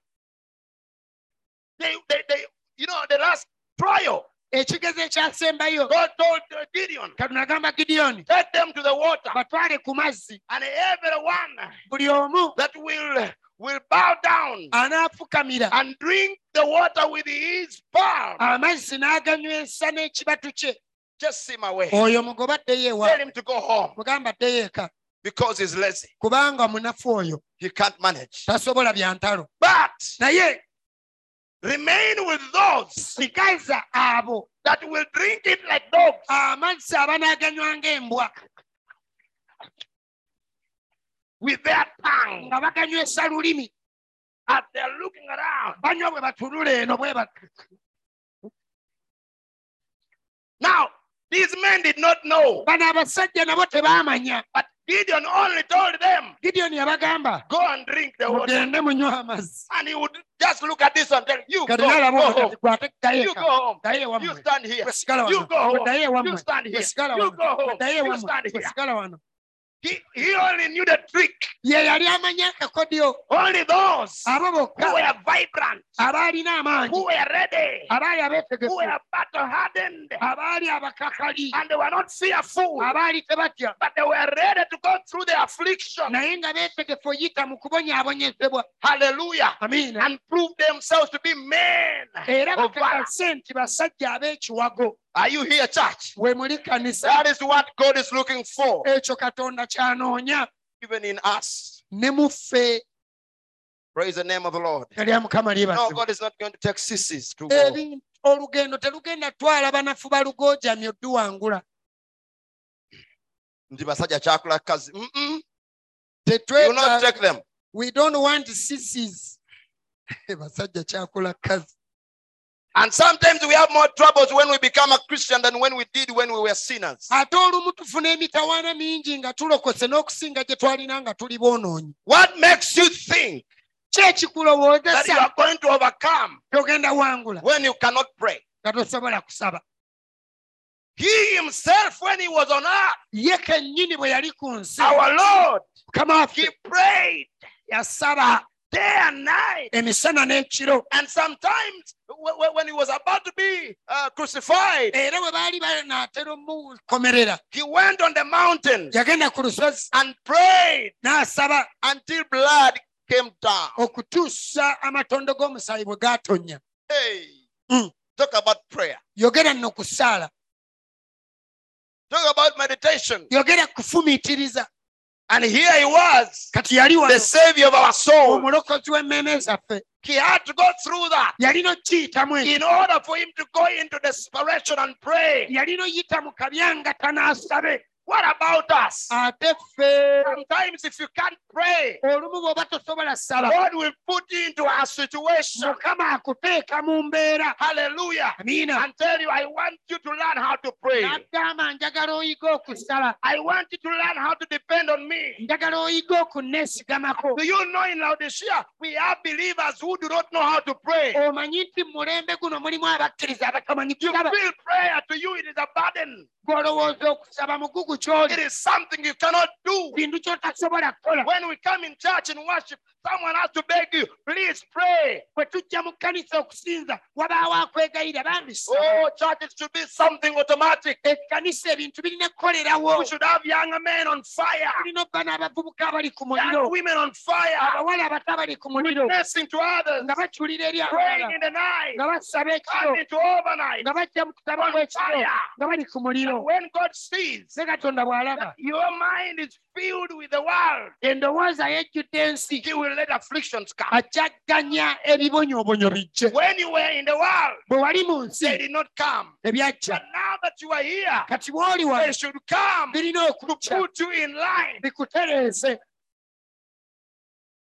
S2: They, they, they, you know, the last trial,
S1: ekigezo ekyasembayo
S2: God told uh, Gideon,
S1: katonda agamba gidiyoni
S2: take them to the water.
S1: batwale ku mazzi
S2: And everyone
S1: buli omu
S2: that will, will bow down
S1: anaafukamira
S2: and drink the water with his palm,
S1: amazzi n'aganywesa n'ekibatu kye
S2: just him away.
S1: oyo mugoba ddeyo ewa
S2: Tell him to go home
S1: mugamba ddeyo eka
S2: because he's lazy.
S1: kubanga munafu oyo
S2: He can't manage.
S1: tasobola bya ntalo
S2: But
S1: naye
S2: remain with those uh,
S1: sigaza abo
S2: that will drink it like dogs.
S1: amazzi abanaaganywa ng'embwa
S2: with their tongue
S1: nga baganywesa lulimi
S2: as they're looking around.
S1: banywa bwe batunula eno bwe bati
S2: Now, these men did not know,
S1: bano abasajja nabo tebaamanya
S2: but Gideon only told them,
S1: gidiyoni yabagamba
S2: Go and drink the water.
S1: mugende munywa amazzi
S2: And he would just look at this and tell you, Go,
S1: kati naalaba
S2: go home.
S1: omukazi gwate ddayo
S2: You go
S1: eka
S2: home.
S1: ddayo
S2: You
S1: ewammwe
S2: stand here.
S1: Bwe sigala
S2: You
S1: wano
S2: go home.
S1: Bwe ddayo
S2: You
S1: ewammue
S2: stand here.
S1: bwe sigala
S2: You
S1: wano
S2: go home.
S1: Bwe ddayo
S2: You
S1: ewammwe
S2: stand
S1: bwe
S2: here.
S1: sigala wano
S2: He, he only knew the trick.
S1: ye yali amanya akakodyo
S2: Only those
S1: abo
S2: who
S1: bokka
S2: were vibrant,
S1: abaalina amaanyi
S2: who were ready,
S1: abaali
S2: who
S1: abeetegefu
S2: were battle hardened,
S1: abaali abakakali
S2: and they were not fearful,
S1: abaali tebatya
S2: but they were ready to go through the affliction.
S1: naye nga beetegefu oyita mu kubonyaabonyezebwa
S2: Hallelujah.
S1: amiina
S2: and prove themselves to be men.
S1: era
S2: of valor.
S1: bakakase nti basajja ab'ekiwago
S2: Are you here, church?
S1: we muli kanisa
S2: That is what God is looking for,
S1: ekyo katonda kyanoonya
S2: even in us.
S1: ne muffe
S3: Praise the name of the Lord.
S1: nga lya mukama
S3: No,
S1: lyebazibwa
S3: God is not going to take sissies to war.
S1: Ebi- olugendo telugenda twala banafu balugoojamye odduwangula
S3: Ndi basajja kyakula kazi. Mm-mm. You will not
S1: tetweta
S3: take them.
S1: we don't want sissies <laughs> basajja kyakola kazi
S3: And sometimes we have more troubles when we become a Christian than when we did when we were sinners.
S1: ate olumu tufuna emitawaana mingi nga tulokose n'okusinga gye twalina nga tuli boonoonyi
S3: What makes you think
S1: ki
S3: that you
S1: ekikulowoozesa
S3: are going to overcome
S1: gyogenda wangula
S3: when you cannot pray?
S1: nga tosobola kusaba
S3: He himself, when he was on earth,
S1: ye kennyini bwe yali ku nsi
S3: our Lord,
S1: mukama
S3: he
S1: waffe
S3: prayed
S1: yasaba
S3: day and night.
S1: emisana n'ekiro
S3: And sometimes, wh- wh- when he was about to be uh, crucified,
S1: era bwe baali banaatera omukomerera
S3: he went on the mountain
S1: yagenda ku lusozi
S3: and prayed
S1: n'asaba
S3: until blood came down.
S1: okutuusa amatondo g'omusaayi bwe gaatonnya
S3: Hey,
S1: Mm.
S3: talk about prayer.
S1: yogera nno ku ssaala
S3: Talk about meditation.
S1: yogera kufumiitiriza
S2: And here he was,
S1: kati yali
S2: the
S1: wano
S2: savior of our soul.
S1: omulokozi w'emmeeme zaffe
S2: He had to go through that
S1: yalina okiyitamu ekyo.
S2: in order for him to go into desperation and pray.
S1: yalina oyita mu kabya nga tanaasabe
S2: What about us?
S1: ate ffe
S2: Sometimes, if you can't pray,
S1: olumu bw'oba tosobola ssala
S2: God will put you into a situation.
S1: mukama akuteeka mu mbeera
S2: Hallelujah.
S1: amiina
S2: And tell you, I want you to learn how to pray.
S1: n'agamba njagala oyiga okusala
S2: I want you to learn how to depend on me.
S1: njagala oyiga okunneesigamako
S2: Do you know in Laodicea, we have believers who do not know how to pray?
S1: omanyi nti mu mulembe guno mulimu abakkiriza abatamanyi
S2: You
S1: kusaba
S2: feel prayer to you, it is a burden.
S1: gw'olowooza okusaba mugugu
S2: It
S1: ky'oli
S2: is something you cannot do.
S1: kintu ky'otasobola kukola
S2: When we come in church and worship, someone has to beg you, please pray.
S1: bwe tujja mu kkanisa okusinza wabaawo akwegayira bambi saba.
S2: Oh, church, it should be something automatic.
S1: ekkanisa ebintu birina kukolerawo
S2: We should have young men on fire,
S1: tulina obba n'abavubuka abali ku
S2: young
S1: muliro
S2: women on fire,
S1: abawala abato abali ku muliro
S2: blessing to others,
S1: nga bakyulira eri
S2: praying
S1: abalala
S2: in the night,
S1: nga basaba ekiro
S2: coming into overnight,
S1: nga bajja mu kusaba
S2: on
S1: kw'ekiro
S2: fire.
S1: nga bali ku muliro
S2: When God sees
S1: ze katonda bw'alaba
S2: that your mind is filled with the world,
S1: endowooza yejjudde ensi
S2: He will let afflictions come.
S1: ajagganya ebibonyoobonyo bijje
S2: When you were in the world,
S1: bwe wali mu nsi
S2: they did not come.
S1: ebyajja
S2: But now that you are here,
S1: kati bw'oli
S2: they
S1: wano
S2: should come
S1: birina
S2: to
S1: okujja
S2: put you in line.
S1: bikutereeze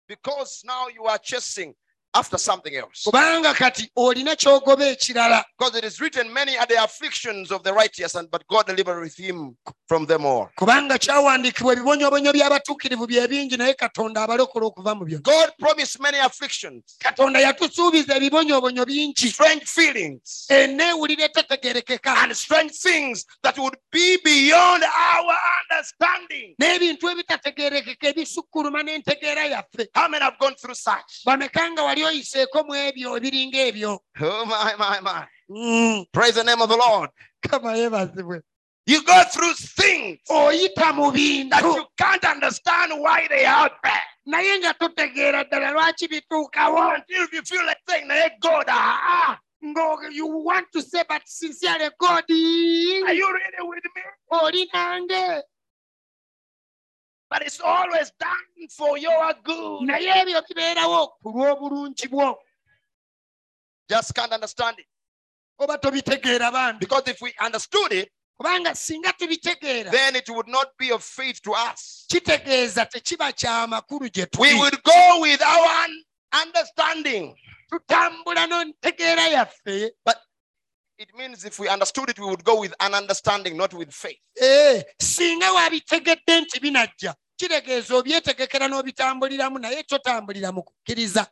S2: Because now you are chasing after something else.
S1: kubanga kati olina ky'ogoba ekirala
S2: Because it is written, Many are the afflictions of the righteous, and but God delivereth him from them all.
S1: kubanga kyawandiikibwa ebibonyoobonyo by'abatuukirivu bye bingi naye katonda abalokola okuva mu byonna
S2: God promised many afflictions,
S1: katonda yatusuubiza ebibonyoobonyo bingi
S2: strange feelings,
S1: eneewulira etategerekeka
S2: and strange things that would be beyond our understanding.
S1: n'ebintu ebitategerekeka ebisukkuluma n'entegeera yaffe
S2: How many have gone through such?
S1: bameka nga wali oyiseeko mu ebyo ebiringa ebyo
S2: Oh, my, my, my.
S1: Mm,
S2: Praise the name of the Lord.
S1: kama yeebazibwe
S2: You go through things
S1: oyita mu
S2: that
S1: bintu
S2: you can't understand why they happen
S1: naye nga totegeera ddala lwaki bituukawo
S2: until you feel like saying, hey, God, ah, ah,
S1: nga you want to say but sincerely god
S2: are you really with me?
S1: oli nange
S2: But it's always done for your good.
S1: naye ebyo bibeerawo ku lw'obulungi bwo
S2: Just can't understand it.
S1: oba tobitegeera bambi
S2: Because if we understood it,
S1: kubanga singa tubitegeera
S2: then it would not be of faith to us.
S1: kitegeeza tekiba kya makulu gye tuli
S2: We would go with our un- understanding.
S1: tutambula n'ontegeera yaffe
S2: It means if we understood it, we would go with an understanding, not with faith.
S1: Eh, singa wabitegedde nti binajja kitegeeza obyetegekera n'obitambuliramu naye totambulira mu kukkiriza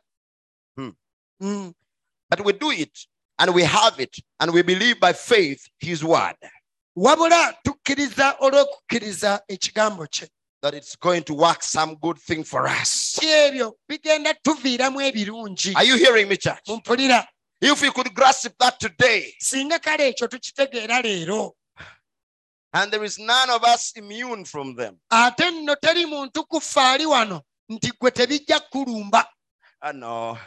S4: Hmm.
S1: Mm.
S2: But we do it and we have it and we believe by faith his word
S1: wabula tukkiriza olw'okukkiriza ekigambo kye
S2: that it's going to work some good thing for us.
S1: si ebyo bigenda tuviiramu ebirungi
S2: Are you hearing me, church?
S1: mumpulira
S2: If we could grasp that today,
S1: singa kale ekyo tukitegeera leero
S2: and there is none of us immune from them.
S1: ate nno teri muntu kufa ali wano nti gwe tebijja kulumba
S2: I know.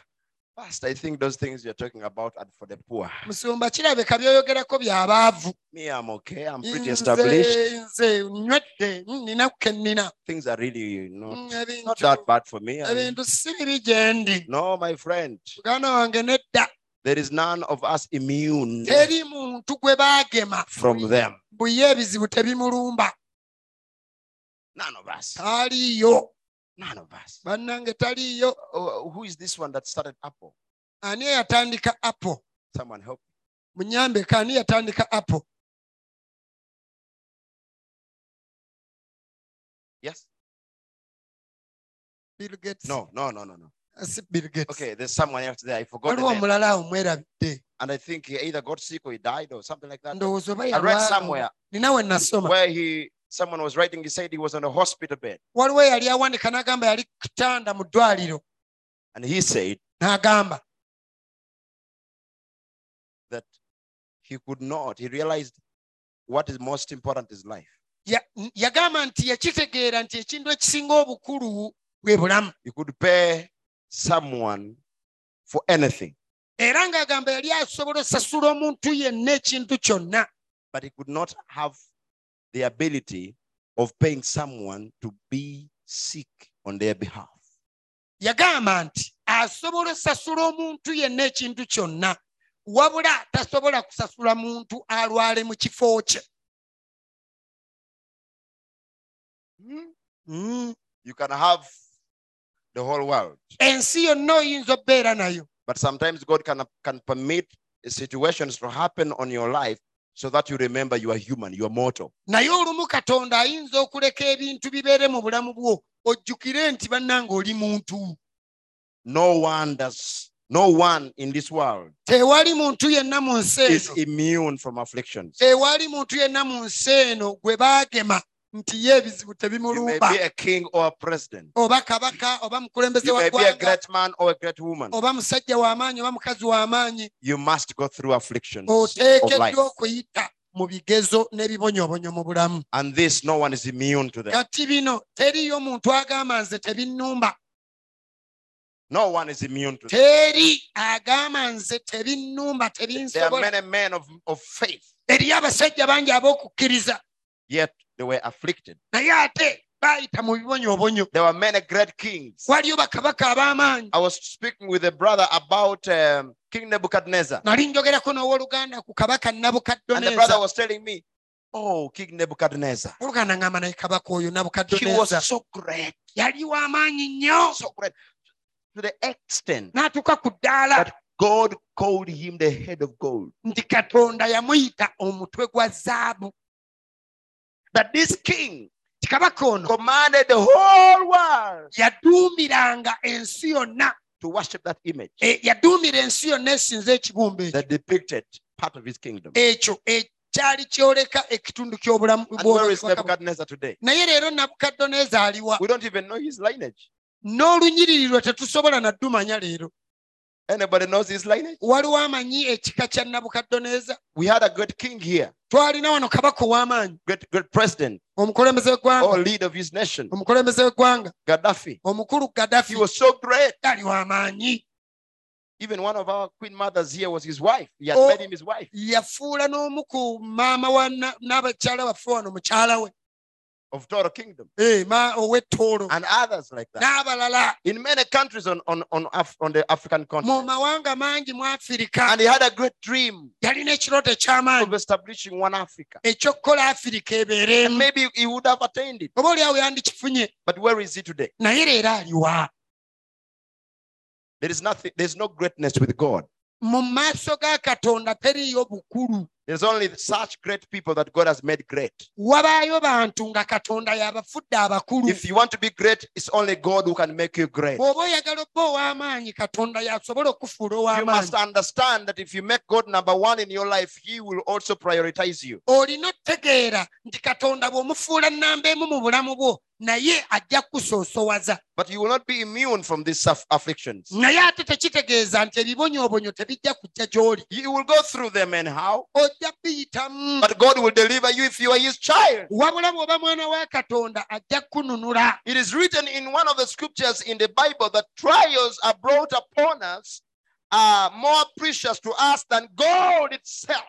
S2: First, Ah, I think those things you're talking about are for the poor.
S1: musumba kirabika byoyogerako byabaavu
S2: Me, I'm okay. I'm pretty established.
S1: nze nze nywedde mm, nina kennina
S2: Things are really you know,
S1: Mm, ebintu-
S2: not that bad for me. I mean,
S1: ebintu si bibi gye ndi
S2: no, my friend,
S1: muganda wange nedda
S2: there is none of us immune
S1: teri muntu gwe baagema
S2: from them.
S1: buye ebizibu tebimulumba
S2: None of us.
S1: taaliyo
S2: None of us.
S1: bannange taliyo
S2: Oh, who is this one that started Apple?
S1: ani eyatandika apo
S2: Someone help.
S1: munyambeko ani yatandika apo
S2: Yes.
S1: bill gates
S2: No. No. No. No. No.
S1: si bill gates
S2: Okay. There's someone else there. I forgot. The
S1: waliwo
S2: name.
S1: omulala omwerabidde
S2: And I think he either got sick or he died or something like that.
S1: ndowooza oba
S2: I read
S1: yalwala-
S2: somewhere
S1: nina we nasoma
S2: where he someone was writing. He said he was on a hospital bed,
S1: waliwo eyali awandika n'agamba yali kutanda mu ddwaliro
S2: and he said
S1: n'agamba
S2: that he could not. He realized what is most important is life.
S1: ya- n- yagamba nti yakitegeera nti ekintu ekisinga obukulu bwe bulamu
S2: You could pay someone for anything,
S1: era ng'agamba yali asobola osasula omuntu yenna ekintu kyonna
S2: but he could not have the ability of paying someone to be seek on their behalf.
S1: yagamba nti asobola osasula omuntu yenna ekintu kyonna wabula tasobola kusasula muntu alwale mu kifo kye Mm.
S2: Hmm, You can have the whole world,
S1: ensi yonna oyinza obeera nayo
S2: but sometimes God can, can permit situations to happen on your life so that you remember you are human, you are mortal.
S1: naye olumu katonda ayinza okuleka ebintu bibeere mu bulamu bwo ojjukire nti bannanga oli muntu
S2: No one does, no one in this world
S1: tewali muntu yenna mu nsi
S2: is
S1: eno
S2: immune from afflictions.
S1: tewali muntu yenna mu nsi eno gwe baagema nti ye ebizibu
S2: You may
S1: tebimulumba
S2: be a king or a president.
S1: oba kabaka oba mukulembeze
S2: You
S1: wa
S2: may be a
S1: ggwanga
S2: great man or a great woman.
S1: oba musajja w'amaanyi oba mukazi w'amaanyi
S2: You must go through afflictions
S1: Oh,
S2: of life.
S1: oteekeddwa okuyita mu bigezo n'ebibonyoobonyo mu bulamu
S2: And this, no one is immune to them.
S1: kati bino teriyo muntu agamba nze tebinnumba
S2: No one is immune to them.
S1: teri agamba nze tebinnumba
S2: There are
S1: tebinsobola
S2: many men of, of faith,
S1: eriyo abasajja bangi ab'okukkiriza
S2: yet they were afflicted.
S1: naye ate baayita mu bibonyoobonyo
S2: There were many great kings.
S1: waliyo bakabaka ab'amaanyi
S2: I was speaking with a brother about um, King Nebuchadnezzar.
S1: nali njogerako n'owooluganda ku kabaka
S2: And the brother
S1: nabukaddoneza
S2: was telling me, Oh, King Nebuchadnezzar.
S1: oluganda ngamba naye kabaka oyo
S2: He was
S1: nabukaddoneza
S2: so great,
S1: yali w'amaanyi nnyo
S2: so great to the extent
S1: n'atuuka ku ddaala
S2: But- God called him the head of gold.
S1: nti katonda yamuyita omutwe gwa zaabu
S2: That this king
S1: ti kabaka ono
S2: commanded the whole world
S1: yaduumiranga ensi yonna
S2: to worship that image
S1: e- yaduumira ensi yonna esinza ekibumba ekyo
S2: that depicted part of his kingdom.
S1: ekyo ekyali kyoleka ekitundu ky'obulamu
S2: And where is
S1: bw'obwakabaka.
S2: Nebuchadnezzar today?
S1: naye leero nabukaddoneza aliwa
S2: We don't even know his lineage.
S1: n'olunyiriri lwe tetusobola naddumanya leero
S2: Anybody knows his lineage?
S1: waliwo amanyi ekika kya nabukaddoneza
S2: We had a great king here,
S1: twalina wano kabaka ow'amaanyi
S2: great, great president
S1: omukulembeze w'eggwanga
S2: or leader of his nation,
S1: omukulembeze w'eggwanga
S2: Gaddafi.
S1: omukulu gaddafi
S2: He was so great.
S1: ali w'amaanyi
S2: Even one of our queen mothers here was his wife. He had
S1: Oh.
S2: made him his wife.
S1: yafuula n'omu ku maama wa na- n'abakyala baffe wano mukyala we
S2: Of Toro Kingdom
S1: Eh, ma- ow'ettoolo
S2: and others like that.
S1: n'abalala
S2: In many countries on, on, on, Af- on the African
S1: mu
S2: continent.
S1: mawanga mangi mu afirika
S2: And he had a great dream
S1: yalina ekirooto eky'amaanyi
S2: of establishing one Africa.
S1: eky'okukola afirika
S2: And
S1: ebeeremu
S2: maybe he would have attained it.
S1: oba oliawo yandikifunye
S2: But where is he today?
S1: naye leero aliwa
S2: There is nothing, there's no greatness with God.
S1: mu maaso ga katonda teriyo bukulu
S2: There's only such great people that God has made great.
S1: wabaayo bantu nga katonda yabafudde abakulu
S2: If you want to be great, it's only God who can make you great.
S1: bw'oba oyagala obba ow'amaanyi katonda y'asobola okufuula
S2: You must
S1: ow'amaanyi
S2: understand that if you make God number one in your life, He will also prioritize you.
S1: olina otegeera nti katonda bw'omufuula nnamba emu mu bulamu bwo naye ajja kukusoosowaza
S2: But you will not be immune from these suff- afflictions.
S1: naye ate tekitegeeza nti ebibonyoobonyo tebijja kujja gy'oli
S2: You will go through them anyhow.
S1: ojja biyitamu
S2: But God will deliver you if you are His child.
S1: wabula bw'oba mwana wa katonda ajja kununula
S2: It is written in one of the scriptures in the Bible that trials are brought upon us are more precious to us than gold itself.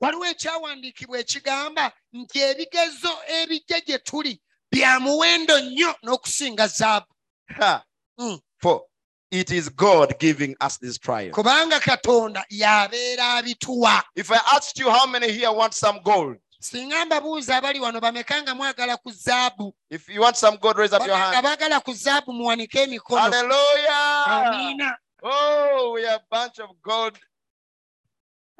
S1: waliwo ekyawandiikibwa ekigamba nti ebigezo ebijja gye tuli bya muwendo nnyo n'okusinga zaabu
S2: Ha.
S1: Mm.
S2: For it is God giving us this trial.
S1: kubanga katonda y'abeera abituwa
S2: If I asked you how many here want some gold,
S1: singa mbabuuza abali wano bameka nga mwagala ku zaabu
S2: if you want some gold, raise up your
S1: Bannange
S2: hand.
S1: abaagala ku zaabu muwanike emikono
S2: Hallelujah.
S1: amiina
S2: Oh, we are a bunch of gold.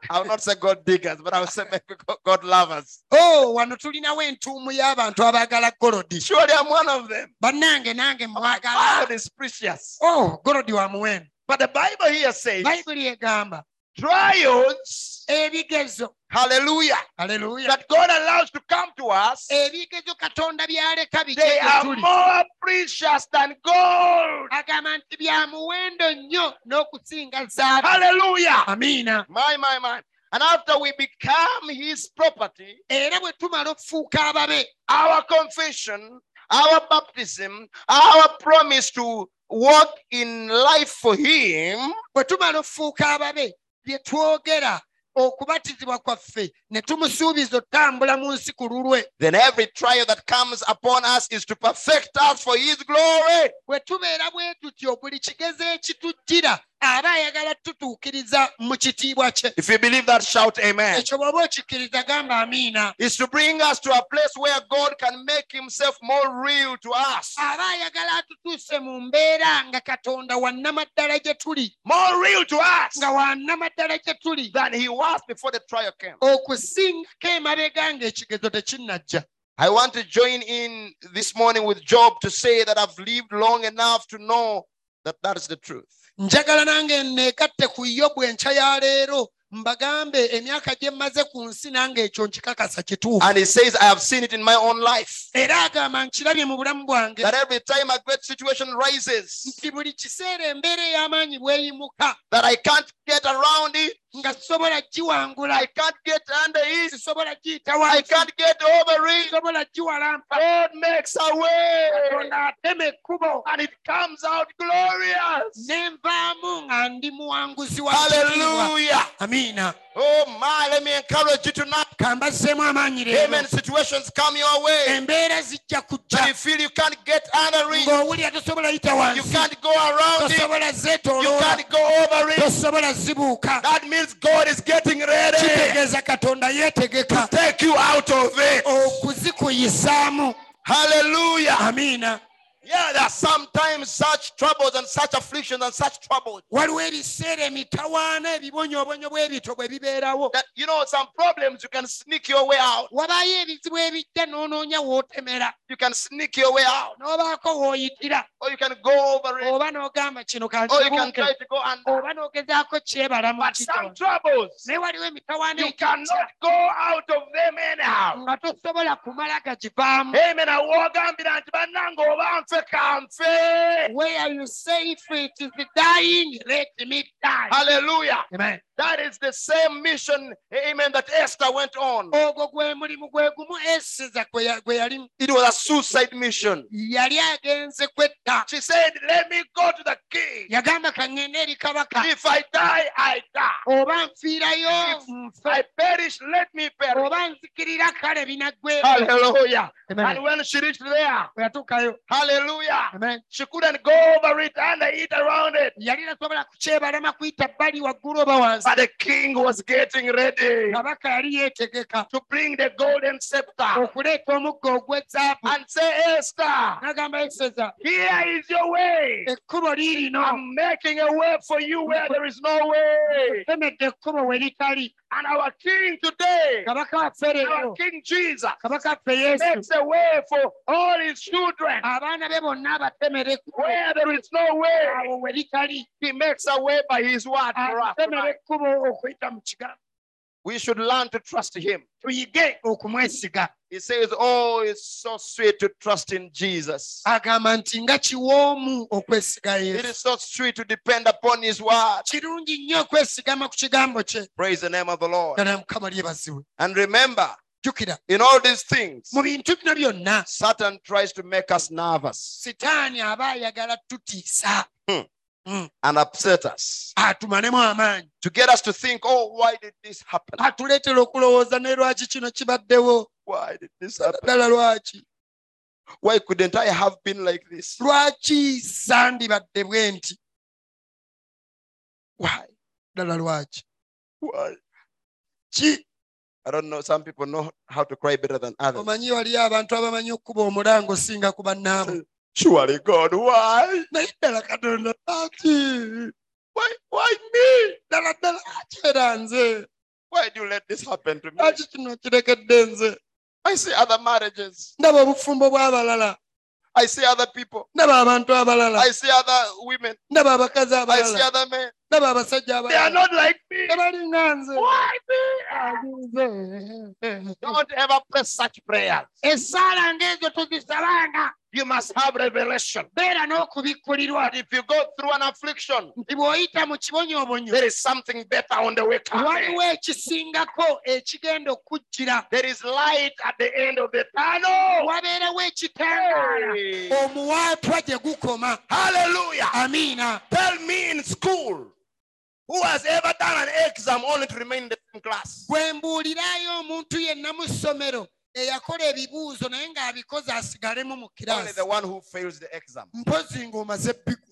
S2: I'll not say gold diggers, but I'll say <laughs> God lovers.
S1: o wano tulinawo entuumu y'abantu abaagala golodi
S2: Surely I'm one of them.
S1: bannange nange mwagala
S2: God is precious.
S1: o golodi wa muwendo
S2: But the Bible here says
S1: bayibuli egamba
S2: trials,
S1: ebigezo
S2: hallelujah,
S1: aleluya
S2: that God allows to come to us,
S1: ebigezo katonda byaleka bijja
S2: they
S1: gye
S2: are
S1: tuli.
S2: more precious than gold.
S1: agamba nti bya muwendo nnyo n'okusinga zaabu
S2: Hallelujah.
S1: amiina
S2: My, my, my. And after we become his property,
S1: era bwe tumala okufuuka ababe
S2: our confession, our baptism, our promise to walk in life for him,
S1: bwe tumala okufuuka ababe bye twogera okubatizibwa kwaffe ne tumusuubiza otambula mu nsi ku lulwe
S2: then every trial that comes upon us is to perfect us for His glory.
S1: bwe tubeera bwe tutyo buli kigezo ekitujjira aba ayagala tutuukiriza mu kitiibwa kye
S2: If you believe that, shout amen.
S1: ekyo bw'oba okikkiriza gamba amiina
S2: Is to bring us to a place where God can make Himself more real to us.
S1: aba ayagala atutuuse mu mbeera nga katonda wannamaddala gye tuli
S2: More real to us
S1: nga wannamaddala gye tuli
S2: than He was before the trial came.
S1: okusingako emabega ng'ekigezo tekinnajja
S2: I want to join in this morning with Job to say that I've lived long enough to know that that is the truth.
S1: njagala nange neegatte ku yobu enkya ya leero mbagambe emyaka gye mmaze ku nsi nange ekyo nkikakasa kituufu
S2: And He says, I have seen it in my own life.
S1: era agamba nkirabye mu bulamu bwange
S2: That every time a great situation rises,
S1: nti buli kiseera embeera ey'amaanyi bweyimuka
S2: that I can't get around it,
S1: nga sisobola giwangula
S2: I can't get under it,
S1: sisobola giyita
S2: I
S1: wansi
S2: can't get over it.
S1: sisobola giwalampa
S2: God makes a way
S1: katonda atema ekkubo
S2: and it comes out glorious.
S1: nenvaamu nga ndi muwanguzi wa kitiibwa.
S2: Hallelujah.
S1: amiina
S2: Oh my, let me encourage you tonight.
S1: kambazeemu amaanyi
S2: Amen.
S1: leero
S2: Situations come your way
S1: embeera zijja
S2: and you
S1: kujja
S2: feel you can't get under it.
S1: ng'owulira tosobola yita
S2: You
S1: wansi
S2: can't go around it.
S1: tosobola
S2: You
S1: zeetooloola
S2: can't go over it.
S1: tosobola zibuuka
S2: That means God is getting ready to
S1: kitegeeza katonda yeetegeka
S2: take you out of it.
S1: okuzikuyisaamu
S2: Hallelujah.
S1: amiina
S2: Yeah, there are sometimes such troubles and such afflictions and such troubles.
S1: waliwo ebiseera emitawaana ebibonyoobonyo bw'ebito bwe bibeerawo
S2: That you know, some problems you can sneak your way out.
S1: wabaayo ebizibu ebijja n'onoonya w'otemera
S2: You can sneak your way out,
S1: n'obaako w'oyitira
S2: or you can go over it,
S1: oba n'ogamba kino
S2: or Oh, you can
S1: kankibuuke
S2: try to go under.
S1: oba n'ogezaako kyebala mu
S2: But some
S1: kitono
S2: troubles
S1: naye waliwo emitawaana
S2: you
S1: egijja
S2: cannot go out of them anyhow.
S1: nga tosobola kumala gagivaamu
S2: Amen. awogambira nti bannange oba nfe ka nfe.
S1: where you say if it is dying let me die
S2: Hallelujah.
S1: Amen.
S2: That is the same mission, amen, that Esther went on.
S1: ogwo gwe mulimu gwe gumu eseza gwe ya- gwe yali
S2: It was a suicide mission.
S1: yali agenze kwetta
S2: She said, Let me go to the king.
S1: yagamba kaŋŋende eri kabaka
S2: If I die, I die.
S1: oba nfiirayo
S2: I
S1: nfe
S2: perish, let me perish.
S1: oba nzikirira kale binaggwera
S2: Hallelujah. And
S1: Amen.
S2: when she reached there,
S1: Bwe yatuukayo
S2: hallelujah,
S1: Amen.
S2: she couldn't go over it and eat around it.
S1: yali tasobola kukyebalama kuyita bbali waggulu oba wansi
S2: But the king was getting ready
S1: kabaka yali yeetegeka
S2: to bring the golden scepter
S1: okuleeta omugga ogw'ezzaabu
S2: and say, Esther,
S1: n'agamba eseza
S2: here is your way.
S1: ekkubo liirino
S2: I'm making a way for you where there is no way.
S1: temedde ekkubo we litali
S2: And our king today,
S1: kabaka waffe
S2: our
S1: leero
S2: King Jesus,
S1: kabaka waffe yesu
S2: makes a way for all his children
S1: abaana be bonna abatemere ekkubo
S2: where there is no way.
S1: awo we litali
S2: He makes a way by his word for us.
S1: atemera
S2: tonight.
S1: ekkubo okuyita mu kigambo
S2: We should learn to trust him.
S1: tuyige okumwesiga
S2: He says, Oh, it's so sweet to trust in Jesus.
S1: agamba nti nga kiwoomu okwesiga
S2: It
S1: yesu
S2: is so sweet to depend upon his word.
S1: kirungi nnyo okwesigama ku kigambo kye
S2: Praise the name of the Lord.
S1: ddala mukama lyebazibwe
S2: And remember,
S1: jjukira
S2: in all these things,
S1: mu bintu bino byonna
S2: Satan tries to make us nervous
S1: sitaani aba ayagala tutiisa
S2: and upset us
S1: atumanemu amaanyi
S2: to get us to think, Oh, why did this happen?
S1: atuleetera okulowooza ne lwaki kino kibaddewo
S2: Why did this happen?
S1: ddala lwaki
S2: Why couldn't I have been like this?
S1: lwaki sandibadde bwe nti
S2: Why?
S1: ddala lwaki
S2: Why?
S1: ki
S2: I don't know. Some people know how to cry better than others.
S1: omanyi waliyo abantu abamanyi okkuba omulango osinga ku bannaabo
S2: Surely, God, why?
S1: naye ddala katonda lwaki
S2: Why? Why me?
S1: ddala ddala akyera nze
S2: Why do you let this happen to me?
S1: lwaki kino kirekedde nze
S2: I see other marriages.
S1: ndaba obufumbo bw'abalala
S2: I see other people.
S1: ndaba abantu abalala
S2: I see other women.
S1: ndaba abakazi
S2: I see
S1: abalala
S2: other men.
S1: ndaba abasajja
S2: They are
S1: abalala
S2: not like me.
S1: tebalinga nze
S2: Why me?
S1: Nze.
S2: Don't ever pray such prayers.
S1: essaala ng'ezo tuzisalanga
S2: You must have revelation.
S1: beera n'okubikkulirwa
S2: But if you go through an affliction,
S1: nti bw'oyita mu kibonyoobonyo
S2: there is something better on the way coming.
S1: waliwo ekisingako ekigenda okujjira
S2: There is light at the end of the tunnel.
S1: wabeerawo ekitangaala
S2: Hey.
S1: omuwaatwa gye gukoma
S2: Hallelujah.
S1: amiina
S2: Tell me in school who has ever done an exam only to remain the in class.
S1: gwe mbuulirayo omuntu yenna mu ssomero eyakola ebibuuzo naye ng'abikoze asigalemu mu
S2: Only
S1: kiraasi
S2: the one who fails the exam.
S1: mpozi ng'omaze bbiku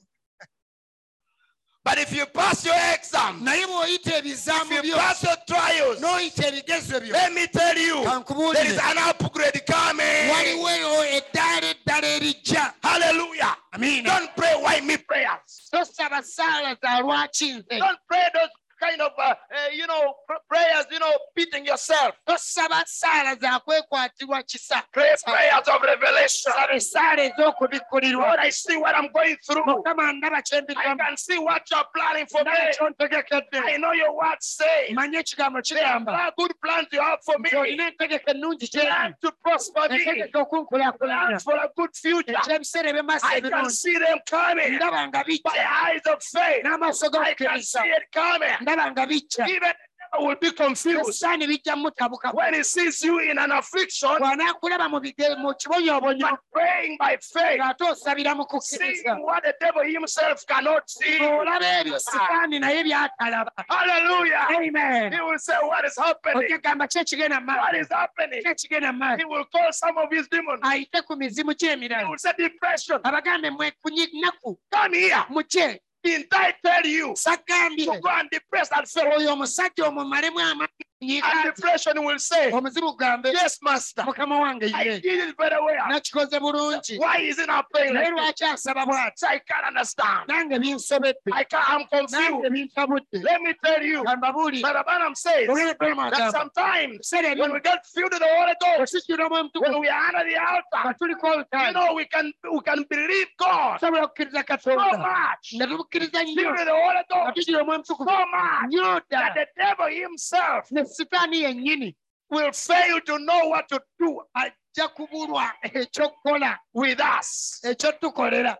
S2: But if you pass your exam,
S1: naye bw'oyita ebizaamu
S2: if you
S1: byo
S2: pass your trials,
S1: n'oyita ebigezo byo
S2: let me tell you, there is
S1: kankubuulire
S2: an upgrade coming.
S1: waliwo eyo eddaala eddala erijja
S2: Hallelujah.
S1: amiina
S2: Don't pray why me prayers.
S1: tosaba saala za lwaki nze
S2: Don't pray those kind of, uh, uh, you know, pr- prayers, you know, beating yourself.
S1: tosaba saala za kwekwatirwa kisa
S2: Pray prayers of revelation.
S1: saba esaala ez'okubikkulirwa
S2: Lord, I see what I'm going through.
S1: mukama ndaba kye
S2: I
S1: mbiramu
S2: can see what you're planning for
S1: ndaba
S2: me.
S1: kyontegekedde
S2: I know your word says.
S1: manye ekigambo kigamba
S2: There are good plans you have for
S1: nti
S2: me.
S1: olina entegeka ennungi
S2: Plans
S1: gyeri
S2: to prosper me.
S1: entegeka okunkulaakulanya
S2: Plans for a good future.
S1: ekyebiseera ebyemaaso
S2: I can
S1: ebirungi
S2: see them coming
S1: ndaba nga
S2: by
S1: bijja
S2: eyes of faith.
S1: n'amaaso
S2: I can see
S1: g'okukkiriza
S2: it coming.
S1: ndaba nga bijja
S2: Even devil will be confused
S1: esaani bijja mutabuka
S2: when he sees you in an affliction,
S1: bw'anaakulaba mu bige- mu kibonyoobonyo
S2: but praying by faith,
S1: ng'ate osabira mu
S2: seeing
S1: kukkiriza
S2: what the devil himself cannot see.
S1: olaba ebyo sitaani naye byatalaba
S2: Hallelujah.
S1: amen
S2: He will say, What is happening?
S1: okigamba ki ekigenda mu
S2: What
S1: maaso
S2: is happening?
S1: ki ekigenda mu maaso
S2: He will call some of his demons.
S1: ayite ku mizimu
S2: He
S1: gy'emirala
S2: will say, Depression,
S1: abagambe mwekunye nnaku
S2: come here.
S1: mukye
S2: Didn't I tell you
S1: sagambye
S2: to go and depress that fellow?
S1: oyo omusajja omumalemu amaanyi
S2: And depression will say,
S1: omuzimu gambe
S2: Yes, Master,
S1: mukama wange
S2: I
S1: ye
S2: did it very well.
S1: nakikoze bulungi
S2: Why is it not paying?
S1: naye
S2: Like this?
S1: lwaki asaba bw'ati
S2: I can't understand.
S1: nange binsobedde
S2: I can't, I'm
S1: nange
S2: confused.
S1: bintabudde
S2: Let me tell you,
S1: gambabuuli
S2: Brother Branham says
S1: Ogenda Branham
S2: that
S1: agamba.
S2: sometimes
S1: ebiseera
S2: when we
S1: ebimu
S2: get filled with the Holy Ghost,
S1: osikira omwe
S2: when
S1: mutukuvu
S2: we are under the
S1: nga
S2: altar,
S1: tuliko
S2: you
S1: olutaano
S2: know, we can we can believe God
S1: tusobola okukkiriza
S2: so
S1: katonda
S2: much.
S1: ne tumukkiriza nnyo
S2: Filled with the Holy
S1: nga
S2: Ghost
S1: tugira omwe mutukuvu
S2: so much
S1: nnyo ddala
S2: that the devil himself
S1: ne sitaani yennyini
S2: will fail to know what to do
S1: ajja kubulwa ekyokukola
S2: with us.
S1: ekyotukolera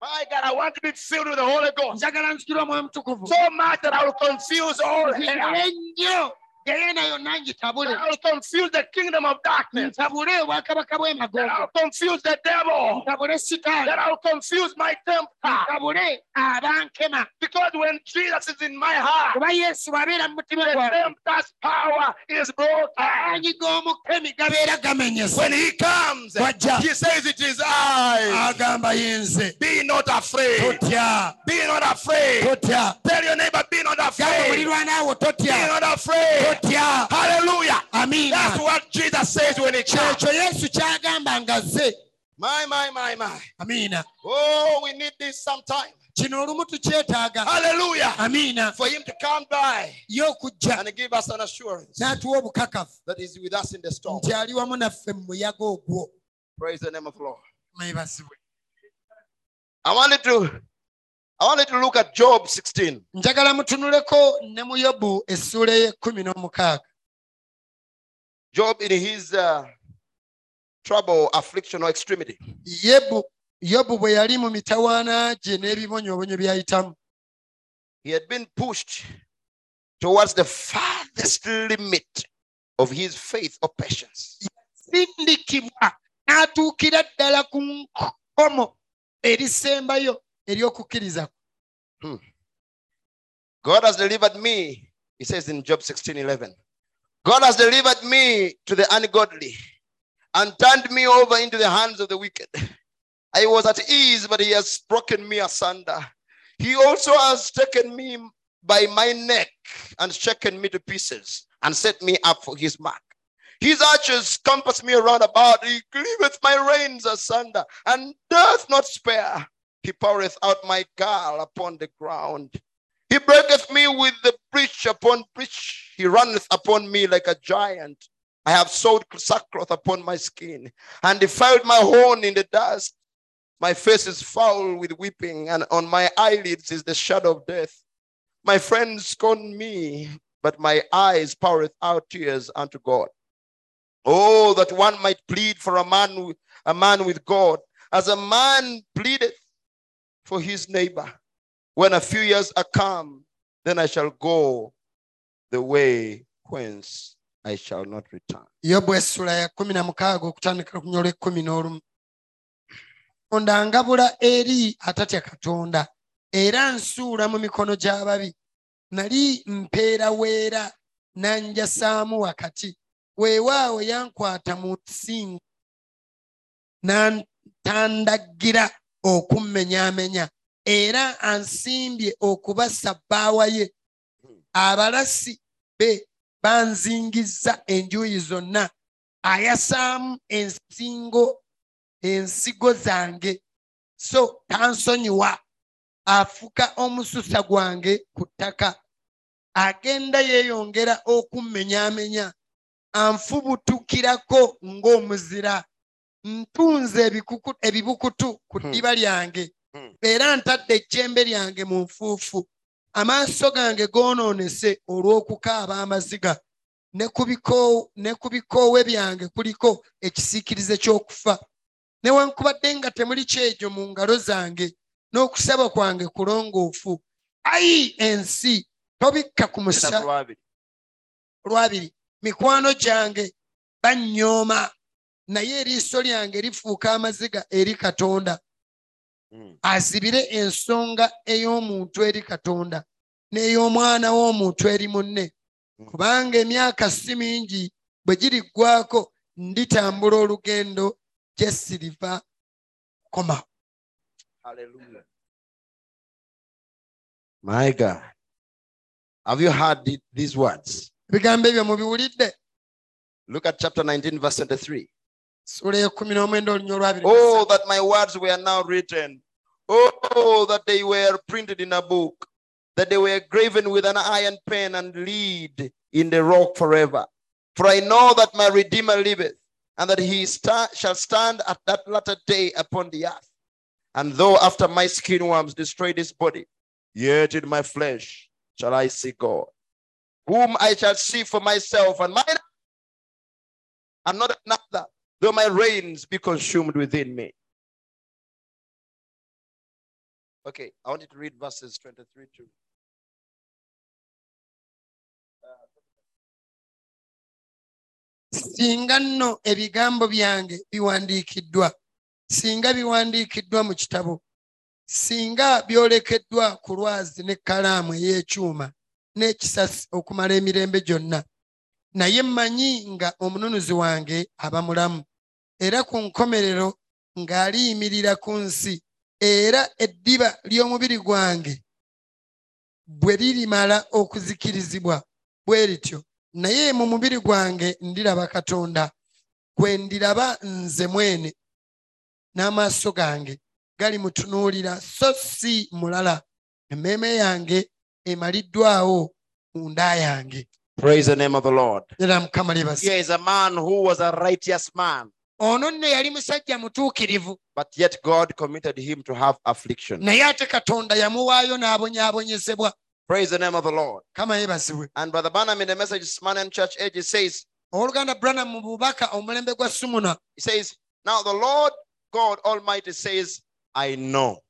S2: My God, I want to be filled with the Holy Ghost
S1: njagala nzikira omwe mutukuvu
S2: so much that I will confuse all
S1: eh,
S2: hell.
S1: nzikire nnyo geyena yonna ngitabule
S2: I will confuse the kingdom of darkness.
S1: ntabule obwakabaka
S2: That I
S1: bw'emagogo
S2: will confuse the devil.
S1: ntabule
S2: That
S1: sitaani
S2: I will confuse my temper.
S1: Ah. ntabule abankema
S2: Because when Jesus is in my heart,
S1: kuba yesu bw'abeera mu mutima
S2: the
S1: gwange
S2: tempter's power is broken.
S1: amaanyi g'omukemi gabeera gamenyese
S2: When he comes,
S1: bw'ajja
S2: he says, It is I.
S1: agamba yenze
S2: Be not afraid.
S1: totya
S2: Be not afraid.
S1: totya
S2: Tell your neighbor, Be not
S1: gamba
S2: afraid.
S1: mulirwanaawo
S2: Be
S1: totya
S2: not afraid.
S1: totya
S2: Hallelujah. That's
S1: amiina
S2: what Jesus says when he comes.
S1: kyekyo yesu kyagamba nga zze
S2: My, my, my, my.
S1: amiina
S2: Oh, we need this sometime.
S1: kino olumu tukyetaaga
S2: Hallelujah.
S1: amiina
S2: For him to come by
S1: ye okujja
S2: and give us an assurance
S1: n'atuwa obukakafu
S2: that he's with us in the storm.
S1: nti ali wamu naffe mu muyaga ogwo
S2: Praise the name of the Lord.
S1: mwebazibwe
S2: I wanted to I wanted to look at Job 16.
S1: njagala mutunuleko ne mu yobu essuula ey'ekkumi n'omukaaga
S2: Job in his uh, trouble, affliction, or extremity.
S1: yebu yobu bwe yali mu mitawaana gye n'ebibonyoobonyo by'ayitamu
S2: He had been pushed towards the farthest limit of his faith or patience.
S1: sindikibwa n'atuukira ddala ku nkomo erisembayo ery'okukkiriza kwe.
S2: God has delivered me, he says in Job 16 11. God has delivered me to the ungodly and turned me over into the hands of the wicked. I was at ease, but he has broken me asunder. He also has taken me by my neck and shaken me to pieces and set me up for his mark. His archers compass me around about. He cleaveth my reins asunder and doth not spare. He poureth out my gall upon the ground. He breaketh me with the breach upon breach. He runneth upon me like a giant. I have sewed sackcloth upon my skin and defiled my horn in the dust. My face is foul with weeping, and on my eyelids is the shadow of death. My friends scorn me, but my eyes poureth out tears unto God. Oh, that one might plead for a man, wi- a man with God, as a man pleadeth for his neighbor. When a few years are come, then I shall go the way whence I shall not return.
S1: yobu essula ya kumi na mukaaga okutandikira ku nyola ekkumi n'olumu katonda ngabula eri atatya katonda era nsuula mu mikono gy'ababi nali mpeera weera
S5: n'anjasaamu wakati weewaawo yankwata mu nsingo n'antandaggira okummenyaamenya era ansimbye okuba sabbaawa ye abalasi be banzingizza enjuuyi zonna ayasaamu ensingo ensigo zange so tansonyiwa afuka omususa gwange ku ttaka agenda yeeyongera okummenyaamenya anfubutukirako ng'omuzira ntunze ebikuku- ebibukutu ku
S2: Hmm.
S5: ddiba lyange
S2: Hmm.
S5: era ntadde ejjembe lyange mu nfuufu amaaso gange goonoonese olw'okukaaba amaziga ne ku bikoow- ne ku bikoowe byange kuliko ekisiikirize ky'okufa newankubadde nga temuli kyegyo mu ngalo zange n'okusaba kwange kulongoofu ayi ensi tobikka ku musa olwabiri mikwano gyange bannyooma naye eriiso lyange lifuuka amaziga eri katonda
S2: Mm.
S5: azibire ensonga ey'omuntu eri katonda n'ey'omwana w'omuntu eri munne kubanga emyaka si mingi bwe giriggwako nditambula olugendo gye siriva koma
S2: Hallelujah.
S6: My God. Have you heard the- these words?
S5: ebigambo ebyo mubiwulidde
S6: Look at chapter 19, verse 23.
S5: sula ekumi n'omwenda olunyo olwabiri
S6: Oh, that my words were now written. Oh, that they were printed in a book, that they were graven with an iron pen and lead in the rock forever. For I know that my Redeemer liveth, and that he sta- shall stand at that latter day upon the earth. And though after my skin worms destroy this body, yet in my flesh shall I see God, whom I shall see for myself, and mine and not another though my reins be consumed within me. Okay, I wanted to read verses 23 to.
S5: singa nno ebigambo byange biwandiikiddwa singa biwandiikiddwa mu kitabo singa byolekeddwa ku lwazi n'ekkalaamu ey'ekyuma n'ekisasi okumala emirembe gyonna naye mmanyi nga omununuzi wange aba mulamu era ku nkomerero ng'aliyimirira ku nsi era eddiba ly'omubiri gwange bwe lirimala okuzikirizibwa bwe lityo naye mu mubiri gwange ndiraba katonda kwe ndiraba nze mwene n'amaaso gange galimutunuulira so si mulala emmeeme yange emaliddwawo mu nda yange
S2: Praise the name of the Lord.
S5: era mukama
S2: Here
S5: libasi
S2: is a man who was a righteous man,
S5: ono nno yali musajja mutuukirivu
S2: but yet God committed him to have affliction.
S5: naye ate katonda yamuwaayo n'abonyaabonyezebwa
S2: Praise the name of the Lord.
S5: kama yebazibwe
S2: And Brother Barnum in the message Smyrna Church Age, it says,
S5: owooluganda branam mu bubaka omulembe gwa sumuna
S2: it says, Now the Lord God Almighty says, I know.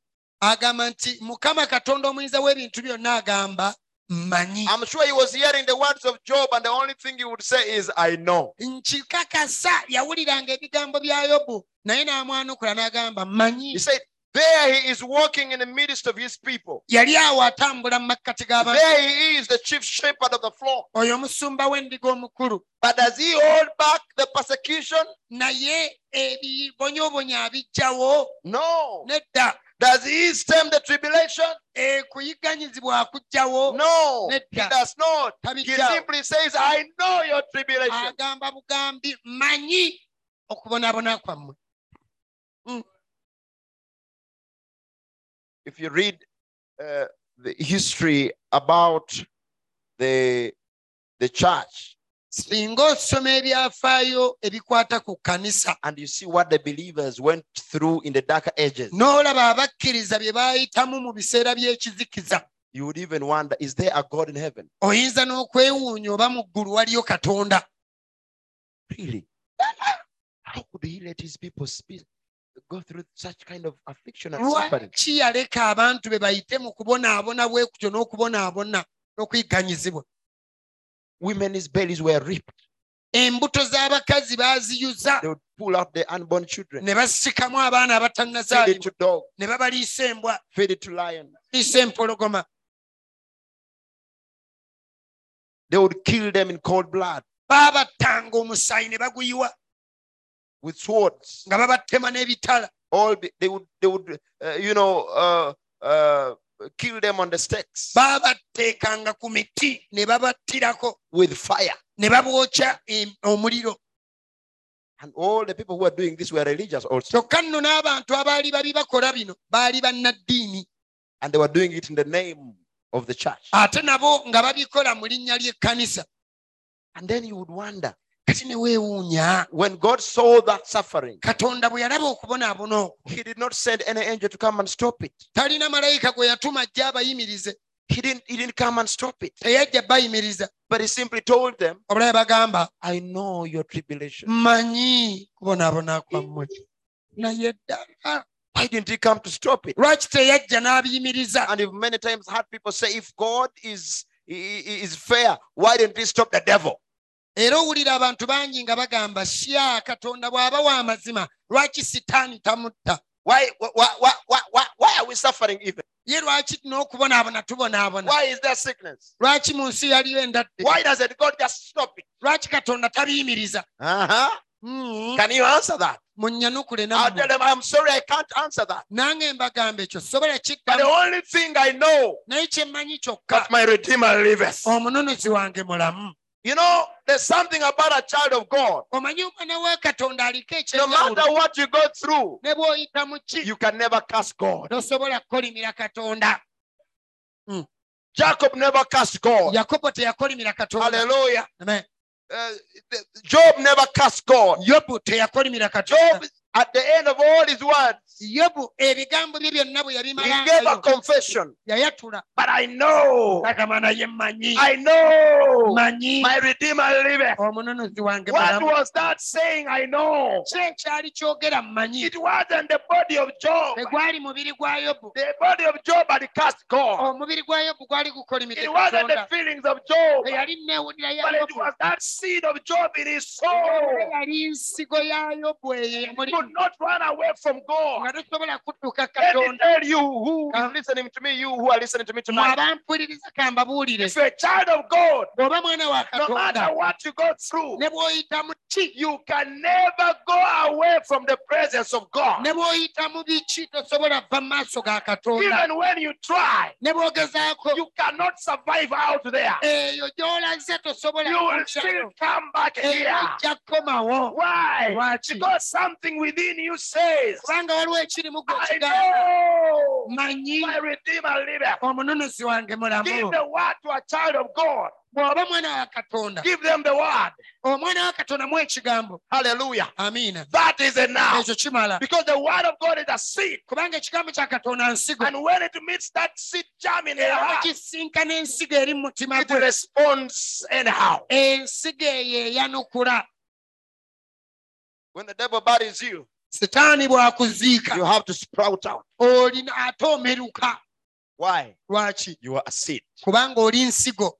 S5: agamba nti mukama katonda omuyinza w'ebintu byonna agamba mmanyi
S2: I'm sure he was hearing the words of Job, and the only thing he would say is, I know.
S5: nkikakasa yawuliranga ebigambo bya yobu naye n'amwanukula n'agamba
S2: He
S5: mmanyi
S2: said, There he is walking in the midst of his people.
S5: yali awo atambula mu makkati g'abantu
S2: There he is, the chief shepherd of the flock.
S5: oyo omusumba w'endiga omukulu
S2: But does he hold back the persecution?
S5: naye ebibonyoobonya abijjawo
S2: No.
S5: nedda
S2: Does he stem the tribulation?
S1: e,
S5: ekuyiganyizibwa akujjawo
S2: No. He
S5: Nedda.
S2: does not. He
S5: tabijjawo
S2: simply says, I know your tribulation.
S5: agamba bugambi mmanyi okubonaabona kwammwe
S2: if you read uh, the history about the the church
S5: singa osoma ebyafaayo ebikwata ku kkanisa
S2: and you see what the believers went through in the dark ages
S5: n'olaba abakkiriza bye baayitamu mu biseera by'ekizikiza
S2: you would even wonder is there a god in heaven
S5: oyinza n'okwewuunya oba mu ggulu waliyo katonda
S2: really how could he let his people spe- go through such kind of affliction and suffering
S5: lwaki yaleka abantu be bayite mu kubonaabona bwe kutyo n'okubonaabona n'okuyigganyizibwa
S2: women's bellies were ripped
S5: embuto z'abakazi baaziyuza
S2: they would pull out the unborn children
S5: ne basikamu abaana
S2: feed it
S5: abatannazaalibwa
S2: to dog
S5: ne babaliisa embwa
S2: feed it to lion
S5: liisa empologoma
S2: They would kill them in cold blood
S1: baabattanga omusaayi ne baguyiwa
S2: with swords.
S1: nga babatema n'ebitala
S2: All be- they would, they would, uh, you know, uh, uh, kill them on the stakes
S1: baabateekanga ku miti ne babattirako
S2: with fire.
S1: ne babwokya em- omuliro
S2: And all the people who were doing this were religious also,
S1: kyokka nno n'abantu abaali babi bakola bino baali bannaddiini
S2: and they were doing it in the name of the church.
S1: ate nabo nga babikola mu linnya ly'ekkanisa
S2: And then you would wonder
S1: kati ne weewuunya
S2: when God saw that suffering,
S1: katonda bwe yalaba okubonaabona okwo
S2: He did not send any angel to come and stop it.
S1: talina malayika gwe yatuma ajja abayimirize
S2: He didn't, he didn't come and stop it,
S1: teyajja bayimiriza
S2: but He simply told them,
S1: obulabe bagamba
S2: I know your tribulation.
S1: mmanyi kubonaabona kwammwe naye ddala
S2: Why didn't He come to stop it?
S1: lwaki teyajja n'abiyimiriza
S2: And if many times had people say, if God is, i- i- is fair, why didn't He stop the devil?
S1: era owulira abantu bangi nga bagamba sya katonda bw'aba w'amazima lwaki sitaani tamutta
S2: Why, why, why, why, why, why are we suffering even?
S1: ye lwaki n'okubonaabona tubonaabona
S2: Why is there sickness?
S1: lwaki mu nsi yaliyo endadde
S2: Why doesn't God just stop it?
S1: lwaki katonda tabiyimiriza
S2: Uh-huh.
S1: Mm,
S2: Can you answer that?
S1: munyanukule
S2: I'll
S1: nammwe
S2: tell them, I'm sorry, I can't answer that.
S1: nange mbagamba ekyo sobola
S2: But the
S1: kiddamu
S2: only thing I know
S1: naye kye mmanyi
S2: that
S1: kyokka
S2: my Redeemer liveth.
S1: omununuzi wange mulamu
S2: You know, there's something about a child of God.
S1: omanyi omwana wa katonda aliko
S2: No
S1: ekyenjawulo
S2: matter what you go through,
S1: ne bw'oyita mu ki
S2: you can never curse God.
S1: tosobola kukolimira katonda
S2: Jacob never cursed God.
S1: yakobo teyakolimira katonda
S2: Oh. Hallelujah.
S1: Amen.
S2: Uh, the- Job never cursed God.
S1: yobu teyakolimira katonda
S2: Job, at the end of all his words,
S1: yobu ebigambo bye byonna bwe
S2: he gave a
S1: yabimalangayo
S2: confession.
S1: yayatula
S2: But I know,
S1: agamba naye mmanyi
S2: I know,
S1: manyi
S2: my Redeemer
S1: Oh,
S2: liveth.
S1: omununuzi wange
S2: What
S1: mulamu
S2: was that saying? I know.
S1: ki ekyali kyogera mmanyi
S2: It wasn't the body of Job.
S1: tegwali mubiri gwa yobu
S2: The body of Job had cast God.
S1: omubiri gwa yobu gwali
S2: Oh. It
S1: gukolimidde
S2: wasn't the
S1: katonda
S2: feelings of Job,
S1: teyali neewulira ya
S2: but it
S1: yobu
S2: was Oh. that seed of Job in his
S1: Era
S2: soul.
S1: yali nsigo ya yobu eyo
S2: He
S1: yamuli
S2: could not run away from God.
S1: nga tosobola kudduka
S2: Let me
S1: katonda
S2: tell you who is listening to me, you who are listening to me
S1: mwe
S2: tonight.
S1: abanpuliriza kambabuulire
S2: If you're a child of God,
S1: bw'oba mwana wa
S2: no matter
S1: katonda
S2: what you go through,
S1: ne bw'oyita mu ki
S2: you can never go away from the presence of God.
S1: ne bw'oyita mu biki tosobola va mu maaso ga katonda
S2: Even when you try,
S1: ne bw'ogezaako
S2: you cannot survive out there.
S1: eyo gy'olaze tosobola
S2: You will
S1: kuddayo.
S2: still come back
S1: era
S2: here.
S1: ojja kukomawo
S2: Why?
S1: lwaki
S2: Because something within you says,
S1: kubanga waliwo ekiri mu gwe
S2: I
S1: kigamba
S2: know
S1: manyi
S2: my Redeemer liveth.
S1: omununuzi wange
S2: Give
S1: mulamu
S2: the word to a child of God.
S1: bw'oba mwana wa katonda
S2: Give them the word.
S1: omwana wa katonda mu ekigambo
S2: Hallelujah.
S1: amiina
S2: That is enough.
S1: ekyo kimala
S2: Because the word of God is a seed.
S1: kubanga ekigambo kya katonda nsigo
S2: And when it meets that seed germ in their
S1: era
S2: heart,
S1: bakisinkana ensigo eri mu mutima
S2: it
S1: gwe
S2: responds anyhow.
S1: ensigo eyo eyanukula
S2: When the devil buries you,
S1: sitaani bw'akuziika
S2: you have to sprout out.
S1: olina ate omeruka
S2: Why?
S1: lwaki
S2: You are a seed. <laughs>
S1: kubanga oli nsigo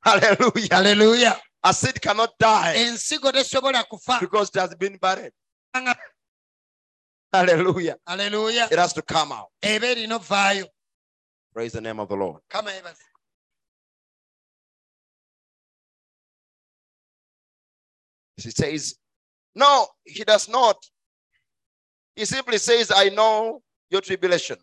S2: Hallelujah.
S1: aleluya
S2: A seed cannot die
S1: ensigo tesobola kufa
S2: because it has been buried.
S1: Kubanga-
S2: Hallelujah.
S1: aleluya
S2: It has to come out.
S1: eba erina ovaayo
S2: Praise the name of the Lord.
S1: kama yebaze
S2: She says, No, he does not. He simply says, I know your tribulation.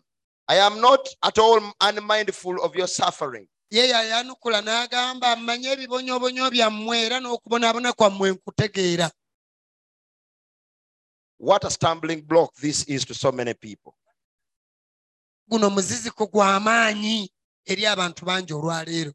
S2: I am not at all unmindful of your suffering.
S1: ye yayanukula n'agamba mmanye ebibonyoobonyo byammwe era n'okubonaabona kwammwe nkutegeera
S2: What a stumbling block this is to so many people.
S1: guno muziziko gw'amaanyi eri abantu bangi olwaleero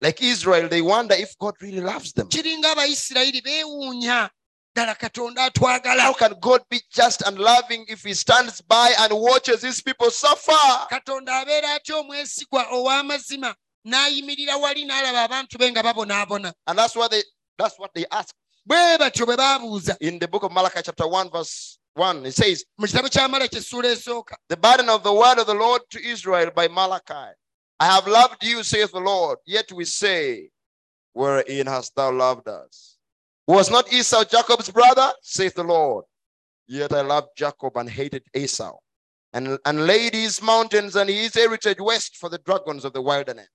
S2: Like Israel, they wonder if God really loves them.
S1: kiringa abayisirayiri beewuunya ddala katonda
S2: How
S1: atwagala
S2: can God be just and loving if He stands by and watches His people suffer?
S1: katonda abeera atya omwesigwa ow'amazima n'ayimirira wali n'alaba abantu be nga babonaabona
S2: And that's what they that's what they ask
S1: bwe batyo bwe baabuuza
S2: in the book of Malachi, chapter 1, verse 1. It says,
S1: mu kitabo kya malaki essuula esooka
S2: the burden of the word of the Lord to Israel by Malachi. I have loved you, saith the Lord, yet we say, Wherein hast thou loved us? Was not Esau Jacob's brother, saith the Lord? Yet I loved Jacob and hated Esau, and, and laid his mountains and his heritage west for the dragons of the wilderness.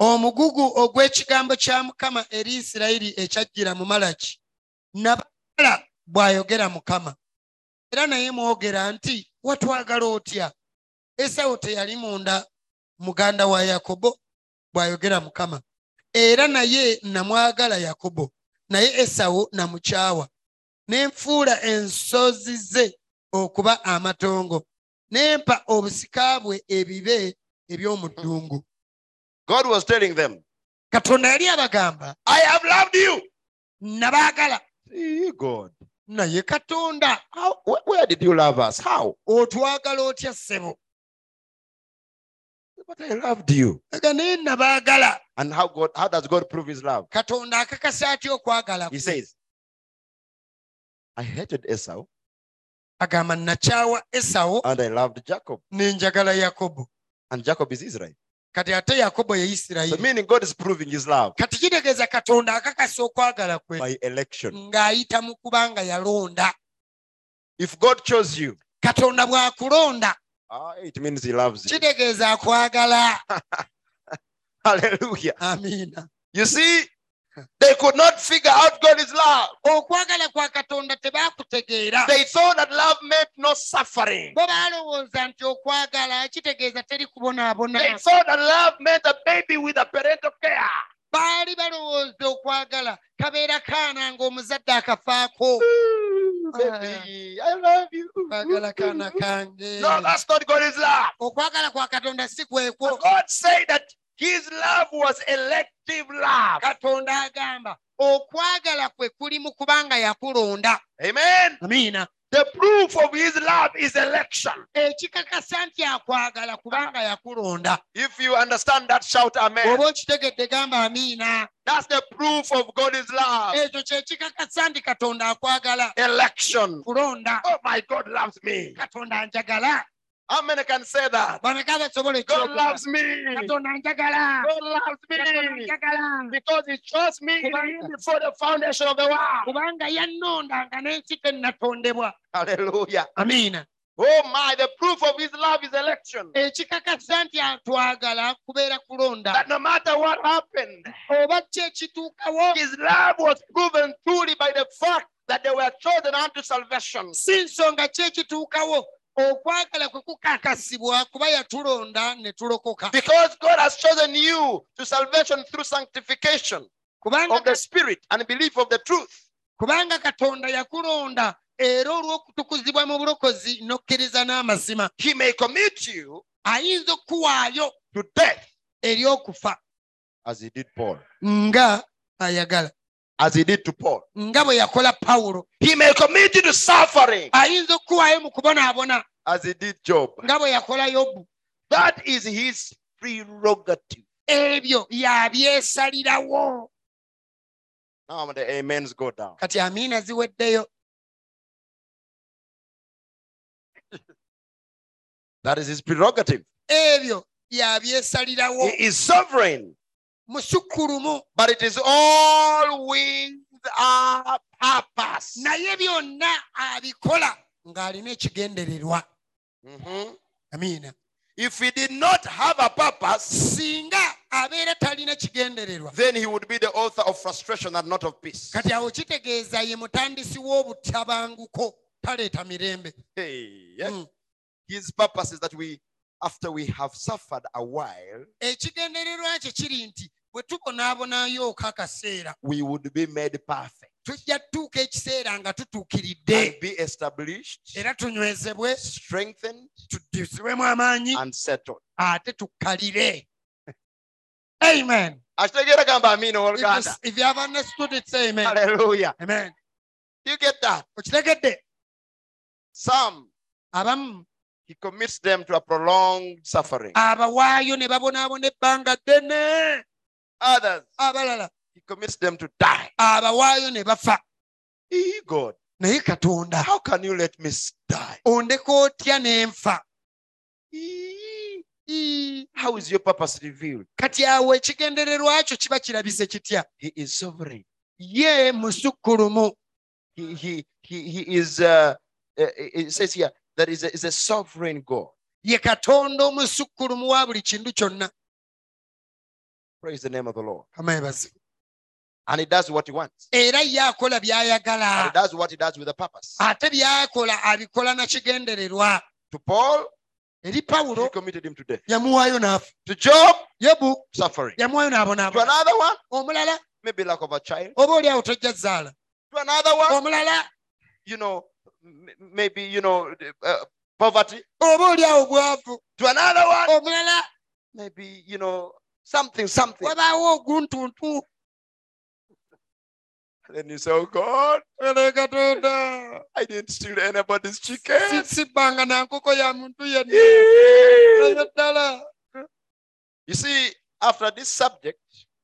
S1: omugugu ogw'ekigambo kya mukama eri isirayiri ekyajjira mu malaki nabala bw'ayogera mukama era naye mwogera nti watwagala otya esawo teyali munda muganda wa yakobo bw'ayogera mukama era naye namwagala yakobo naye esawo namukyawa ne nfuula ensozi ze okuba amatongo ne mpa obusika bwe ebibe eby'omu ddungu
S2: God was telling them,
S1: katonda yali abagamba
S2: I have loved you.
S1: nabaagala
S2: Eh, God,
S1: naye katonda
S2: how, wh- where did you love us? How?
S1: otwagala otya ssebo
S2: But I loved you.
S1: aga naye nabaagala
S2: And how God? How does God prove His love?
S1: katonda akakasa atya okwagala
S2: He
S1: kwe?
S2: says, I hated Esau
S1: agamba nakyawa esawo
S2: and I loved Jacob,
S1: ne njagala yakobo
S2: and Jacob is Israel.
S1: kati ate yakobo ye
S2: So
S1: isirayiri
S2: meaning God is proving His love
S1: kati kitegeeza katonda akakasa okwagala kwe
S2: by election.
S1: ng'ayita mu kuba nga yalonda
S2: If God chose you,
S1: katonda bw'akulonda
S2: ah, it means He loves you. <laughs>
S1: kitegeeza akwagala
S2: Hallelujah.
S1: amiina
S2: You see, they could not figure out God's love.
S1: okwagala kwa katonda tebaakutegeera
S2: They thought that love meant no suffering.
S1: bo baalowooza nti okwagala kitegeeza teri
S2: They
S1: kubonaabona
S2: thought that love meant a baby with a parental care.
S1: baali balowooza okwagala kabeera kaana ng'omuzadde akafaako
S2: Ooh, baby, I love you.
S1: kwagala kaana kange
S2: No, that's not God's love.
S1: okwagala kwa katonda si kwekwo
S2: God said that His love was elective love.
S1: katonda agamba okwagala kwe kulimu kubanga yakulonda
S2: Amen.
S1: amiina
S2: The proof of His love is election.
S1: ekikakasa nti akwagala kubanga yakulonda
S2: If you understand that, shout Amen.
S1: oba okitegedde gamba amiina
S2: That's the proof of God's love.
S1: ekyo kye kikakasa nti katonda akwagala
S2: Election.
S1: kulonda
S2: Oh my God loves me.
S1: katonda anjagala
S2: How many can say that?
S1: bameka basobola
S2: God
S1: ekyokukola?
S2: loves me.
S1: katonda anjagala
S2: God loves
S1: katonda
S2: me
S1: anjagala
S2: because He chose me even before the foundation of the world.
S1: kubanga yannonda nga n'ensi natondebwa
S2: Hallelujah.
S1: amiina
S2: Oh my, the proof of His love is election.
S1: ekikakasa nti atwagala kubeera kulonda
S2: That no matter what happened,
S1: oba ki ekituukawo
S2: His love was proven truly by the fact that they were chosen unto salvation.
S1: si nsonga ki ekituukawo okwagala kwe kukakasibwa kuba yatulonda ne tulokoka
S2: Because God has chosen you to salvation through sanctification
S1: kubanga
S2: of the Spirit and belief of the truth.
S1: kubanga katonda yakulonda era olw'okutukuzibwa mu bulokozi n'okkiriza n'amazima
S2: He may commit you
S1: ayinza okuwaayo
S2: to death
S1: eri okufa
S2: as He did Paul,
S1: nga ayagala
S2: as He did to Paul.
S1: nga bwe yakola pawulo
S2: He may commit you to suffering
S1: ayinza okuwaayo mu kubonaabona
S2: as He did Job.
S1: nga bwe yakola yobu
S2: That is his prerogative.
S1: ebyo yabyesalirawo
S2: Now the amens go down.
S1: kati amiina ziweddeyo
S2: That is his prerogative.
S1: ebyo yabyesalirawo
S2: He is sovereign,
S1: musukkulumu
S2: but it is all with a purpose.
S1: naye byonna abikola ng'alina ekigendererwa
S2: Mhm.
S1: amiina
S2: If he did not have a purpose,
S1: singa abeera talina kigendererwa
S2: then he would be the author of frustration and not of peace.
S1: kati awo kitegeeza ye mutandisi w'obutabanguko taleeta mirembe
S2: Hey, yeah.
S1: Mm.
S2: His purpose is that we, after we have suffered a while,
S1: ekigendererwa kye kiri nti bwe tubonaabonayo akaseera
S2: we would be made perfect
S1: tujja tutuuka ekiseera nga
S2: and
S1: tutuukiridde
S2: be established,
S1: era tunywezebwe
S2: strengthened,
S1: tuddusibwemu amaanyi
S2: and settled.
S1: ate tukkalire amen
S2: Akitegera gamba amina
S1: If
S2: owooluganda.
S1: you- if you have understood it say amen
S2: Hallelujah.
S1: amen
S2: Do you get that?
S1: okitegedde
S2: Some,
S1: abamu
S2: he commits them to a prolonged suffering.
S1: abawaayo ne babonaabona ebbanga ddene
S2: Others,
S1: abalala
S2: he commits them to die.
S1: abawaayo ne bafa
S2: Ee, God,
S1: naye katonda
S2: how can you let me s- die?
S1: ondeka otya n'enfa
S2: Ee,
S1: Ii,
S2: How is your purpose revealed?
S1: kati awo ekigendererwa kyo kiba kirabise kitya
S2: He is sovereign.
S1: ye musukkulumu
S2: He, he, he, he is, uh, uh, it says here, that is a, is a sovereign God.
S1: ye katonda omusukkulumu wa buli kintu kyonna
S2: Praise the name of the Lord.
S1: Mukama yeebazibwe.
S2: And he does what he wants.
S1: era ye akola
S5: Ah.
S2: And he
S1: by'ayagala
S2: does what he does with a purpose.
S1: ate by'akola abikola na kigendererwa
S2: To Paul,
S1: eri
S2: he
S1: pawulo
S2: committed him to death.
S1: yamuwaayo n'afa
S2: To Job,
S1: yobu
S2: suffering.
S1: yamuwaayo
S2: To
S1: n'abonaabona
S2: another one,
S1: omulala
S2: maybe lack of a child.
S1: oba oliawo tojja zaala
S2: To another one,
S1: omulala
S2: you know, m- maybe, you know, uh, poverty.
S1: oba oliawo bwavu
S2: To another one,
S1: omulala
S2: maybe, you know, something, something.
S1: wabaawo oguntuntu
S2: Then you say, oh God,
S1: Wele katonda
S2: I didn't steal anybody's chicken.
S1: si- sibbanga na nkoko ya muntu yenna
S2: you
S1: eyo ddala
S2: see, after this subject,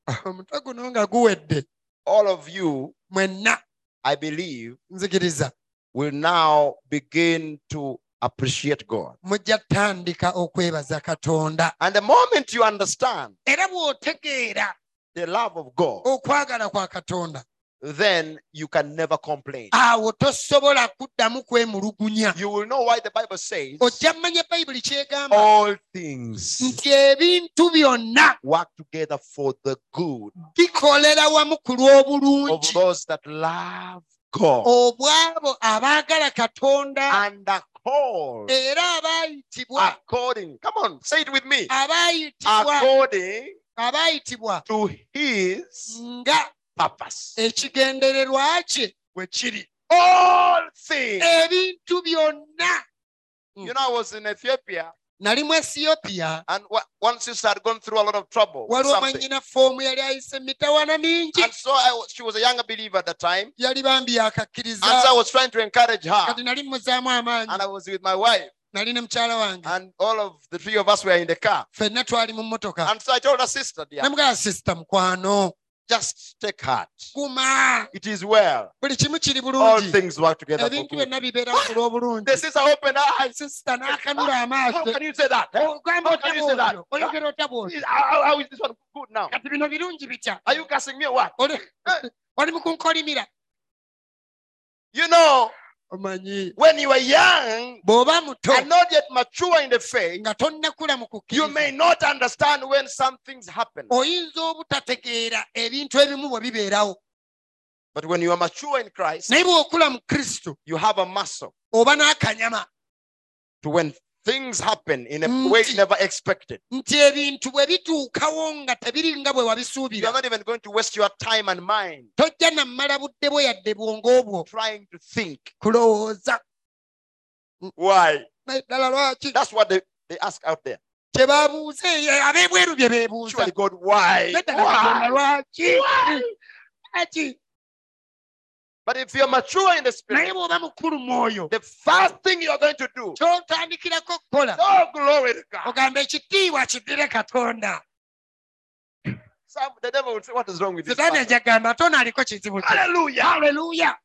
S1: omutwe guno nga guwedde
S2: all of you,
S1: mwenna
S2: I believe,
S1: nzikiriza
S2: will now begin to appreciate God.
S1: mujja ttandika okwebaza katonda
S2: And the moment you understand
S1: era bw'otegeera
S2: the love of God,
S1: okwagala kwa katonda
S2: then you can never complain.
S1: awo tosobola kuddamu kwemulugunya
S2: You will know why the Bible says
S1: ojja mmanya bayibuli kyegamba
S2: all things
S1: nti ebintu byonna
S2: work together for the good
S1: bikolera wamu ku
S2: of
S1: lw'obulungi
S2: those that love
S1: Oh,
S2: God
S1: obwabo abaagala katonda
S2: and are called
S1: era abaayitibwa
S2: according. Come on, say it with me.
S1: abaayitibwa
S2: According
S1: abaayitibwa
S2: to his
S1: nga
S2: purpose.
S1: ekigendererwa kye bwe kiri
S2: All things.
S1: ebintu byonna
S2: You know, I was in Ethiopia,
S1: nali mu esiyopiya
S2: and wa- one sister had gone through a lot of trouble. with
S1: waliwo
S2: something.
S1: mwannyina foomu yali ayise mitawana mingi
S2: And so I, was- she was a younger believer at the time.
S1: yali bambi
S2: And so I
S1: yakakkiriza
S2: was trying to encourage her.
S1: kati nali muzaamu
S2: And
S1: amaanyi
S2: I was with my wife,
S1: nali ne mukyala wange
S2: and all of the three of us were in the car.
S1: ffenna twali mu mmotoka
S2: <laughs> And so I told her sister, dear,
S1: namugala sisita mukwano
S2: just take heart.
S1: guma
S2: It is well.
S1: buli kimu kiri
S2: All
S1: bulungi
S2: things work together for
S1: ebintu
S2: good.
S1: byonna bibeera ku lw'obulungi
S2: The sister opened her eyes.
S1: sisita n'akanula
S2: How
S1: amaaso
S2: can you say that? eh?
S1: ogamba
S2: How can you say that? Ah.
S1: otabwotyo oyogera otabwotyo
S2: Is- How, how is this one good now?
S1: kati bino birungi bitya
S2: Are you cursing me or what?
S1: Oli- oli mu kunkolimira
S2: You know,
S1: omanyi
S2: when you are young
S1: bw'oba muto
S2: and not yet mature in the faith,
S1: nga tonnakula mu
S2: you
S1: kukkiriza
S2: may not understand when some things happen.
S1: oyinza obutategeera ebintu ebimu bwe bibeerawo
S2: But when you are mature in Christ,
S1: naye bw'okula mu kristo
S2: you have a muscle
S1: oba n'akanyama
S2: to when things happen in a
S1: Mm.
S2: way you never expected.
S1: nti ebintu bwe bituukawo nga tebiri nga bwe
S2: You are
S1: wabisuubira
S2: not even going to waste your time and mind
S1: tojja nammala budde bwe yadde bwongo bwo
S2: trying to think
S1: kulowooza Mm.
S2: why.
S1: naye ddala lwaki
S2: That's what they, they ask out there.
S1: kye babuuze eyo ab'ebweru bye beebuuza
S2: Surely God, why?
S1: Naye ddala Katonda
S2: Why?
S1: lwaki Lwaki?
S2: But if you're mature in the
S1: naye
S2: spirit,
S1: bw'oba mukulu mwoyo
S2: the first thing you're going to do,
S1: ky'otandikirako kukola
S2: oh glory to God.
S1: ogamba ekitiibwa kiddire katonda
S2: Some, the devil will say, What is wrong with this?
S1: sitaani
S2: person?
S1: ajja kugamba ate onaaliko kizibu ki?"
S2: Hallelujah.
S1: haleluya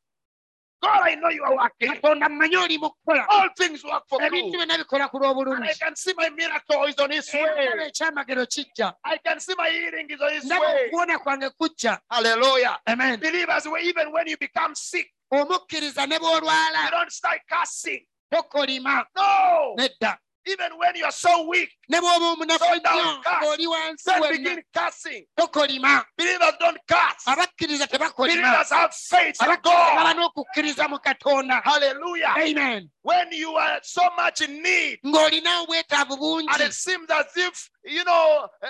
S2: God, I know you are working.
S1: katonda mmanyi oli mu kukola
S2: All things work for
S1: ebintu
S2: good.
S1: byonna bikola ku lw'obulungi
S2: I can see my miracle is on his way.
S1: ekitalo ekyamagero kijja
S2: I can see my healing is on his
S1: ndaba
S2: way.
S1: okuwona kwange kujja
S2: Hallelujah.
S1: amen
S2: Believers, we- even when you become sick,
S1: omukkiriza ne bw'olwala
S2: you don't start cursing.
S1: tokolima
S2: No.
S1: nedda
S2: Even when you're so weak,
S1: ne bw'oba omunafu
S2: Don't
S1: ennyo
S2: curse.
S1: ng'oli wansi
S2: then
S1: wenna
S2: begin cursing.
S1: tokolima
S2: Believers don't curse.
S1: abakkiriza tebakolima
S2: Believers have faith in
S1: abakkiriza baba
S2: God.
S1: n'okukkiriza mu katonda
S2: Hallelujah.
S1: amen
S2: When you are so much in need,
S1: ng'olina obwetaavu bungi
S2: and it seems as if you know uh,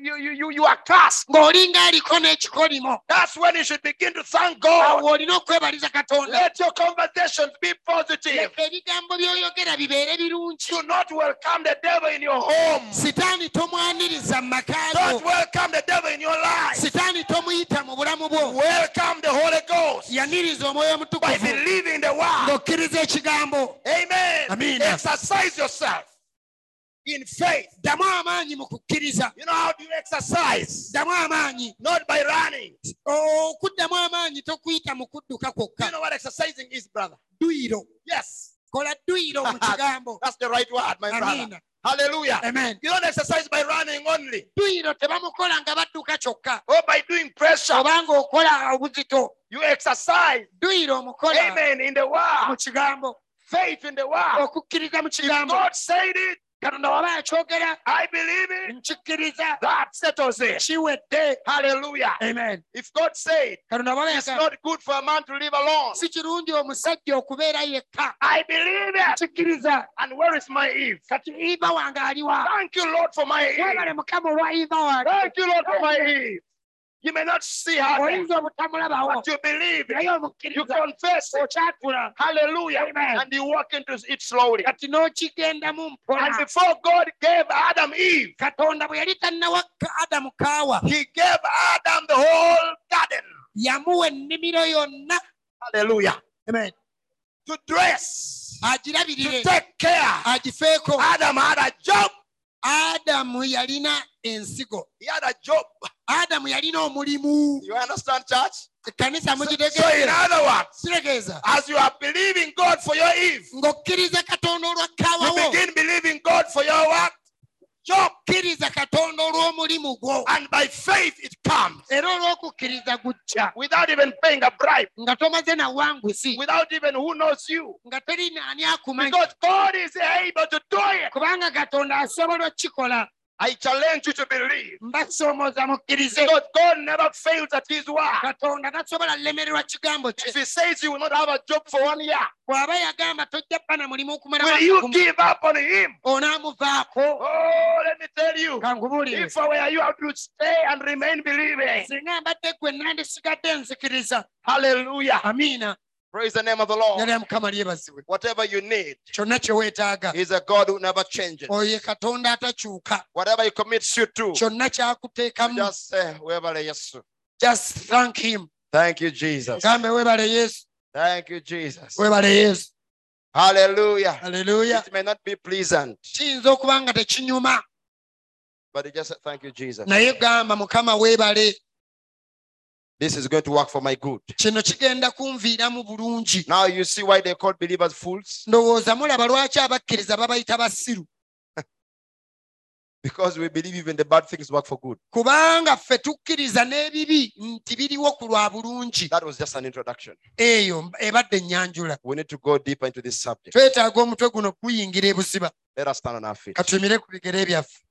S2: you, you you you are cursed.
S1: ng'olinga aliko n'ekikolimo
S2: That's when you should begin to thank God.
S1: awo olina okwebaliza katonda
S2: Let your conversations be positive.
S1: leka ebigambo by'oyogera bibeere birungi
S2: Do not welcome the devil in your home.
S1: sitaani tomwaniriza mu
S2: Don't
S1: makaago
S2: welcome the devil in your life.
S1: sitaani tomuyita mu bulamu bwo
S2: Welcome the Holy Ghost
S1: yaniriza omwoyo
S2: by
S1: omutukuvu
S2: believing the word.
S1: ng'okkiriza ekigambo
S2: Amen.
S1: Amen.
S2: Exercise yourself in faith.
S1: ddamu amaanyi mu kukkiriza
S2: You know how do you exercise?
S1: ddamu amaanyi
S2: Not by running.
S1: okuddamu amaanyi tokuyita mu kudduka
S2: You
S1: kwokka
S2: know what exercising is, brother?
S1: dduyiro
S2: Yes.
S1: kola dduyiro
S2: <laughs>
S1: mu kigambo
S2: That's the right word, my brother.
S1: amiina
S2: Hallelujah.
S1: amen
S2: You don't exercise by running only
S1: dduyiro tebamukola nga badduka kyokka
S2: or Oh, by doing pressure.
S1: oba ng'okola obuzito
S2: You exercise,
S1: dduyiro omukola
S2: amen, in the
S1: mu
S2: word.
S1: kigambo
S2: Faith in the word.
S1: Oh, okukkiriza mu
S2: If
S1: kigambo
S2: God said it,
S1: katonda waba akyogera
S2: I believe it.
S1: nkikkiriza
S2: That settles it.
S1: kiwedde
S2: Hallelujah.
S1: amen
S2: If God said
S1: katonda waba
S2: it's
S1: yaga-
S2: not good for a man to live alone,
S1: si kirungi omusajja okubeera yekka
S2: I believe it.
S1: nkikkiriza
S2: And where is my Eve?
S1: kati iva wange aliwa
S2: Thank you, Lord, for my Eve.
S1: webale mukama olwa iva wange
S2: Thank you, Lord, for my Eve. You may not see her,
S1: oyinza obutamulabawo
S2: but you believe it.
S1: naye
S2: You
S1: omukkiriza
S2: confess it.
S1: okyatula
S2: Hallelujah.
S1: Amen.
S2: And you walk into it slowly.
S1: kati n'okigendamu
S2: And
S1: mpola
S2: before God gave Adam Eve,
S1: katonda bwe yali tannawa Ka- adamu kaawa
S2: He gave Adam the whole garden.
S1: yamuwa ennimiro yonna
S2: Hallelujah.
S1: Amen.
S2: To dress, to
S1: agirabirire
S2: take care.
S1: agifeeko
S2: Adam had a job.
S1: adamu yalina ensigo
S2: He had a job.
S1: adamu yalina omulimu
S2: You understand, church?
S1: ekkanisa
S2: So, so in
S1: mugitegeeza
S2: other words,
S1: kitegeeza
S2: as you are believing God for your Eve,
S1: ng'okkiriza katonda olwa
S2: you
S1: kaawawo
S2: begin believing God for your work, job,
S1: kkiriza katonda olw'omulimu gwo
S2: and by faith it comes
S1: era olw'okukkiriza gujja
S2: without even paying a bribe,
S1: nga tomaze nawangusi
S2: without even who knows you.
S1: nga teri naani akumanyi
S2: Because God is able to do it.
S1: kubanga katonda asobola okukikola
S2: I challenge you to believe.
S1: mbasoomooza mukkirize
S2: Because God never fails at his work.
S1: katonda tasobola lemererwa kigambo
S2: If
S1: kye
S2: he says you will not have a job for one year,
S1: bw'aba yagamba tojja bba na mulimu okumala
S2: will
S1: mwaka
S2: you
S1: gumu,
S2: give up on him?
S1: onaamuvaako
S2: Oh, let me tell you.
S1: kangubuulire
S2: If I were you, I would stay and remain believing.
S1: singa mbadde gwe nandisigadde nzikiriza
S2: Hallelujah.
S1: amiina
S5: Praise the name of the Lord.
S1: yalya mukama lyebazibwe
S5: Whatever you need,
S1: kyonna kye weetaaga
S5: He's a God who never changes.
S1: oyo ye katonda atakyuka
S5: Whatever He commits you to,
S2: Oh.
S1: kyonna kyakuteekamu
S5: just say, "Webale Yesu."
S1: just thank him
S5: Thank you, Jesus.
S1: gambe weebale yesu
S5: Thank you, Jesus.
S1: weebale yesu
S5: Hallelujah.
S1: haleluya
S5: It may not be pleasant,
S1: kiyinza okuba nga tekinyuma
S5: but you just say, thank you, Jesus.
S1: naye gamba mukama weebale
S5: This is going to work for my good.
S1: kino kigenda kunviiramu bulungi
S5: Now you see why they called believers fools? <laughs>
S1: ndowooza mulaba lwaki abakkiriza babayita basiru
S5: Because we believe even the bad things work for good.
S1: kubanga ffe tukkiriza n'ebibi nti biriwo ku lwa bulungi
S5: That was just an introduction.
S1: eyo ebadde ennyanjula
S5: We need to go deeper into this subject.
S1: twetaaga omutwe guno guyingira ebuziba
S5: Let us stand on our feet.
S1: katumire ku bigere byaffe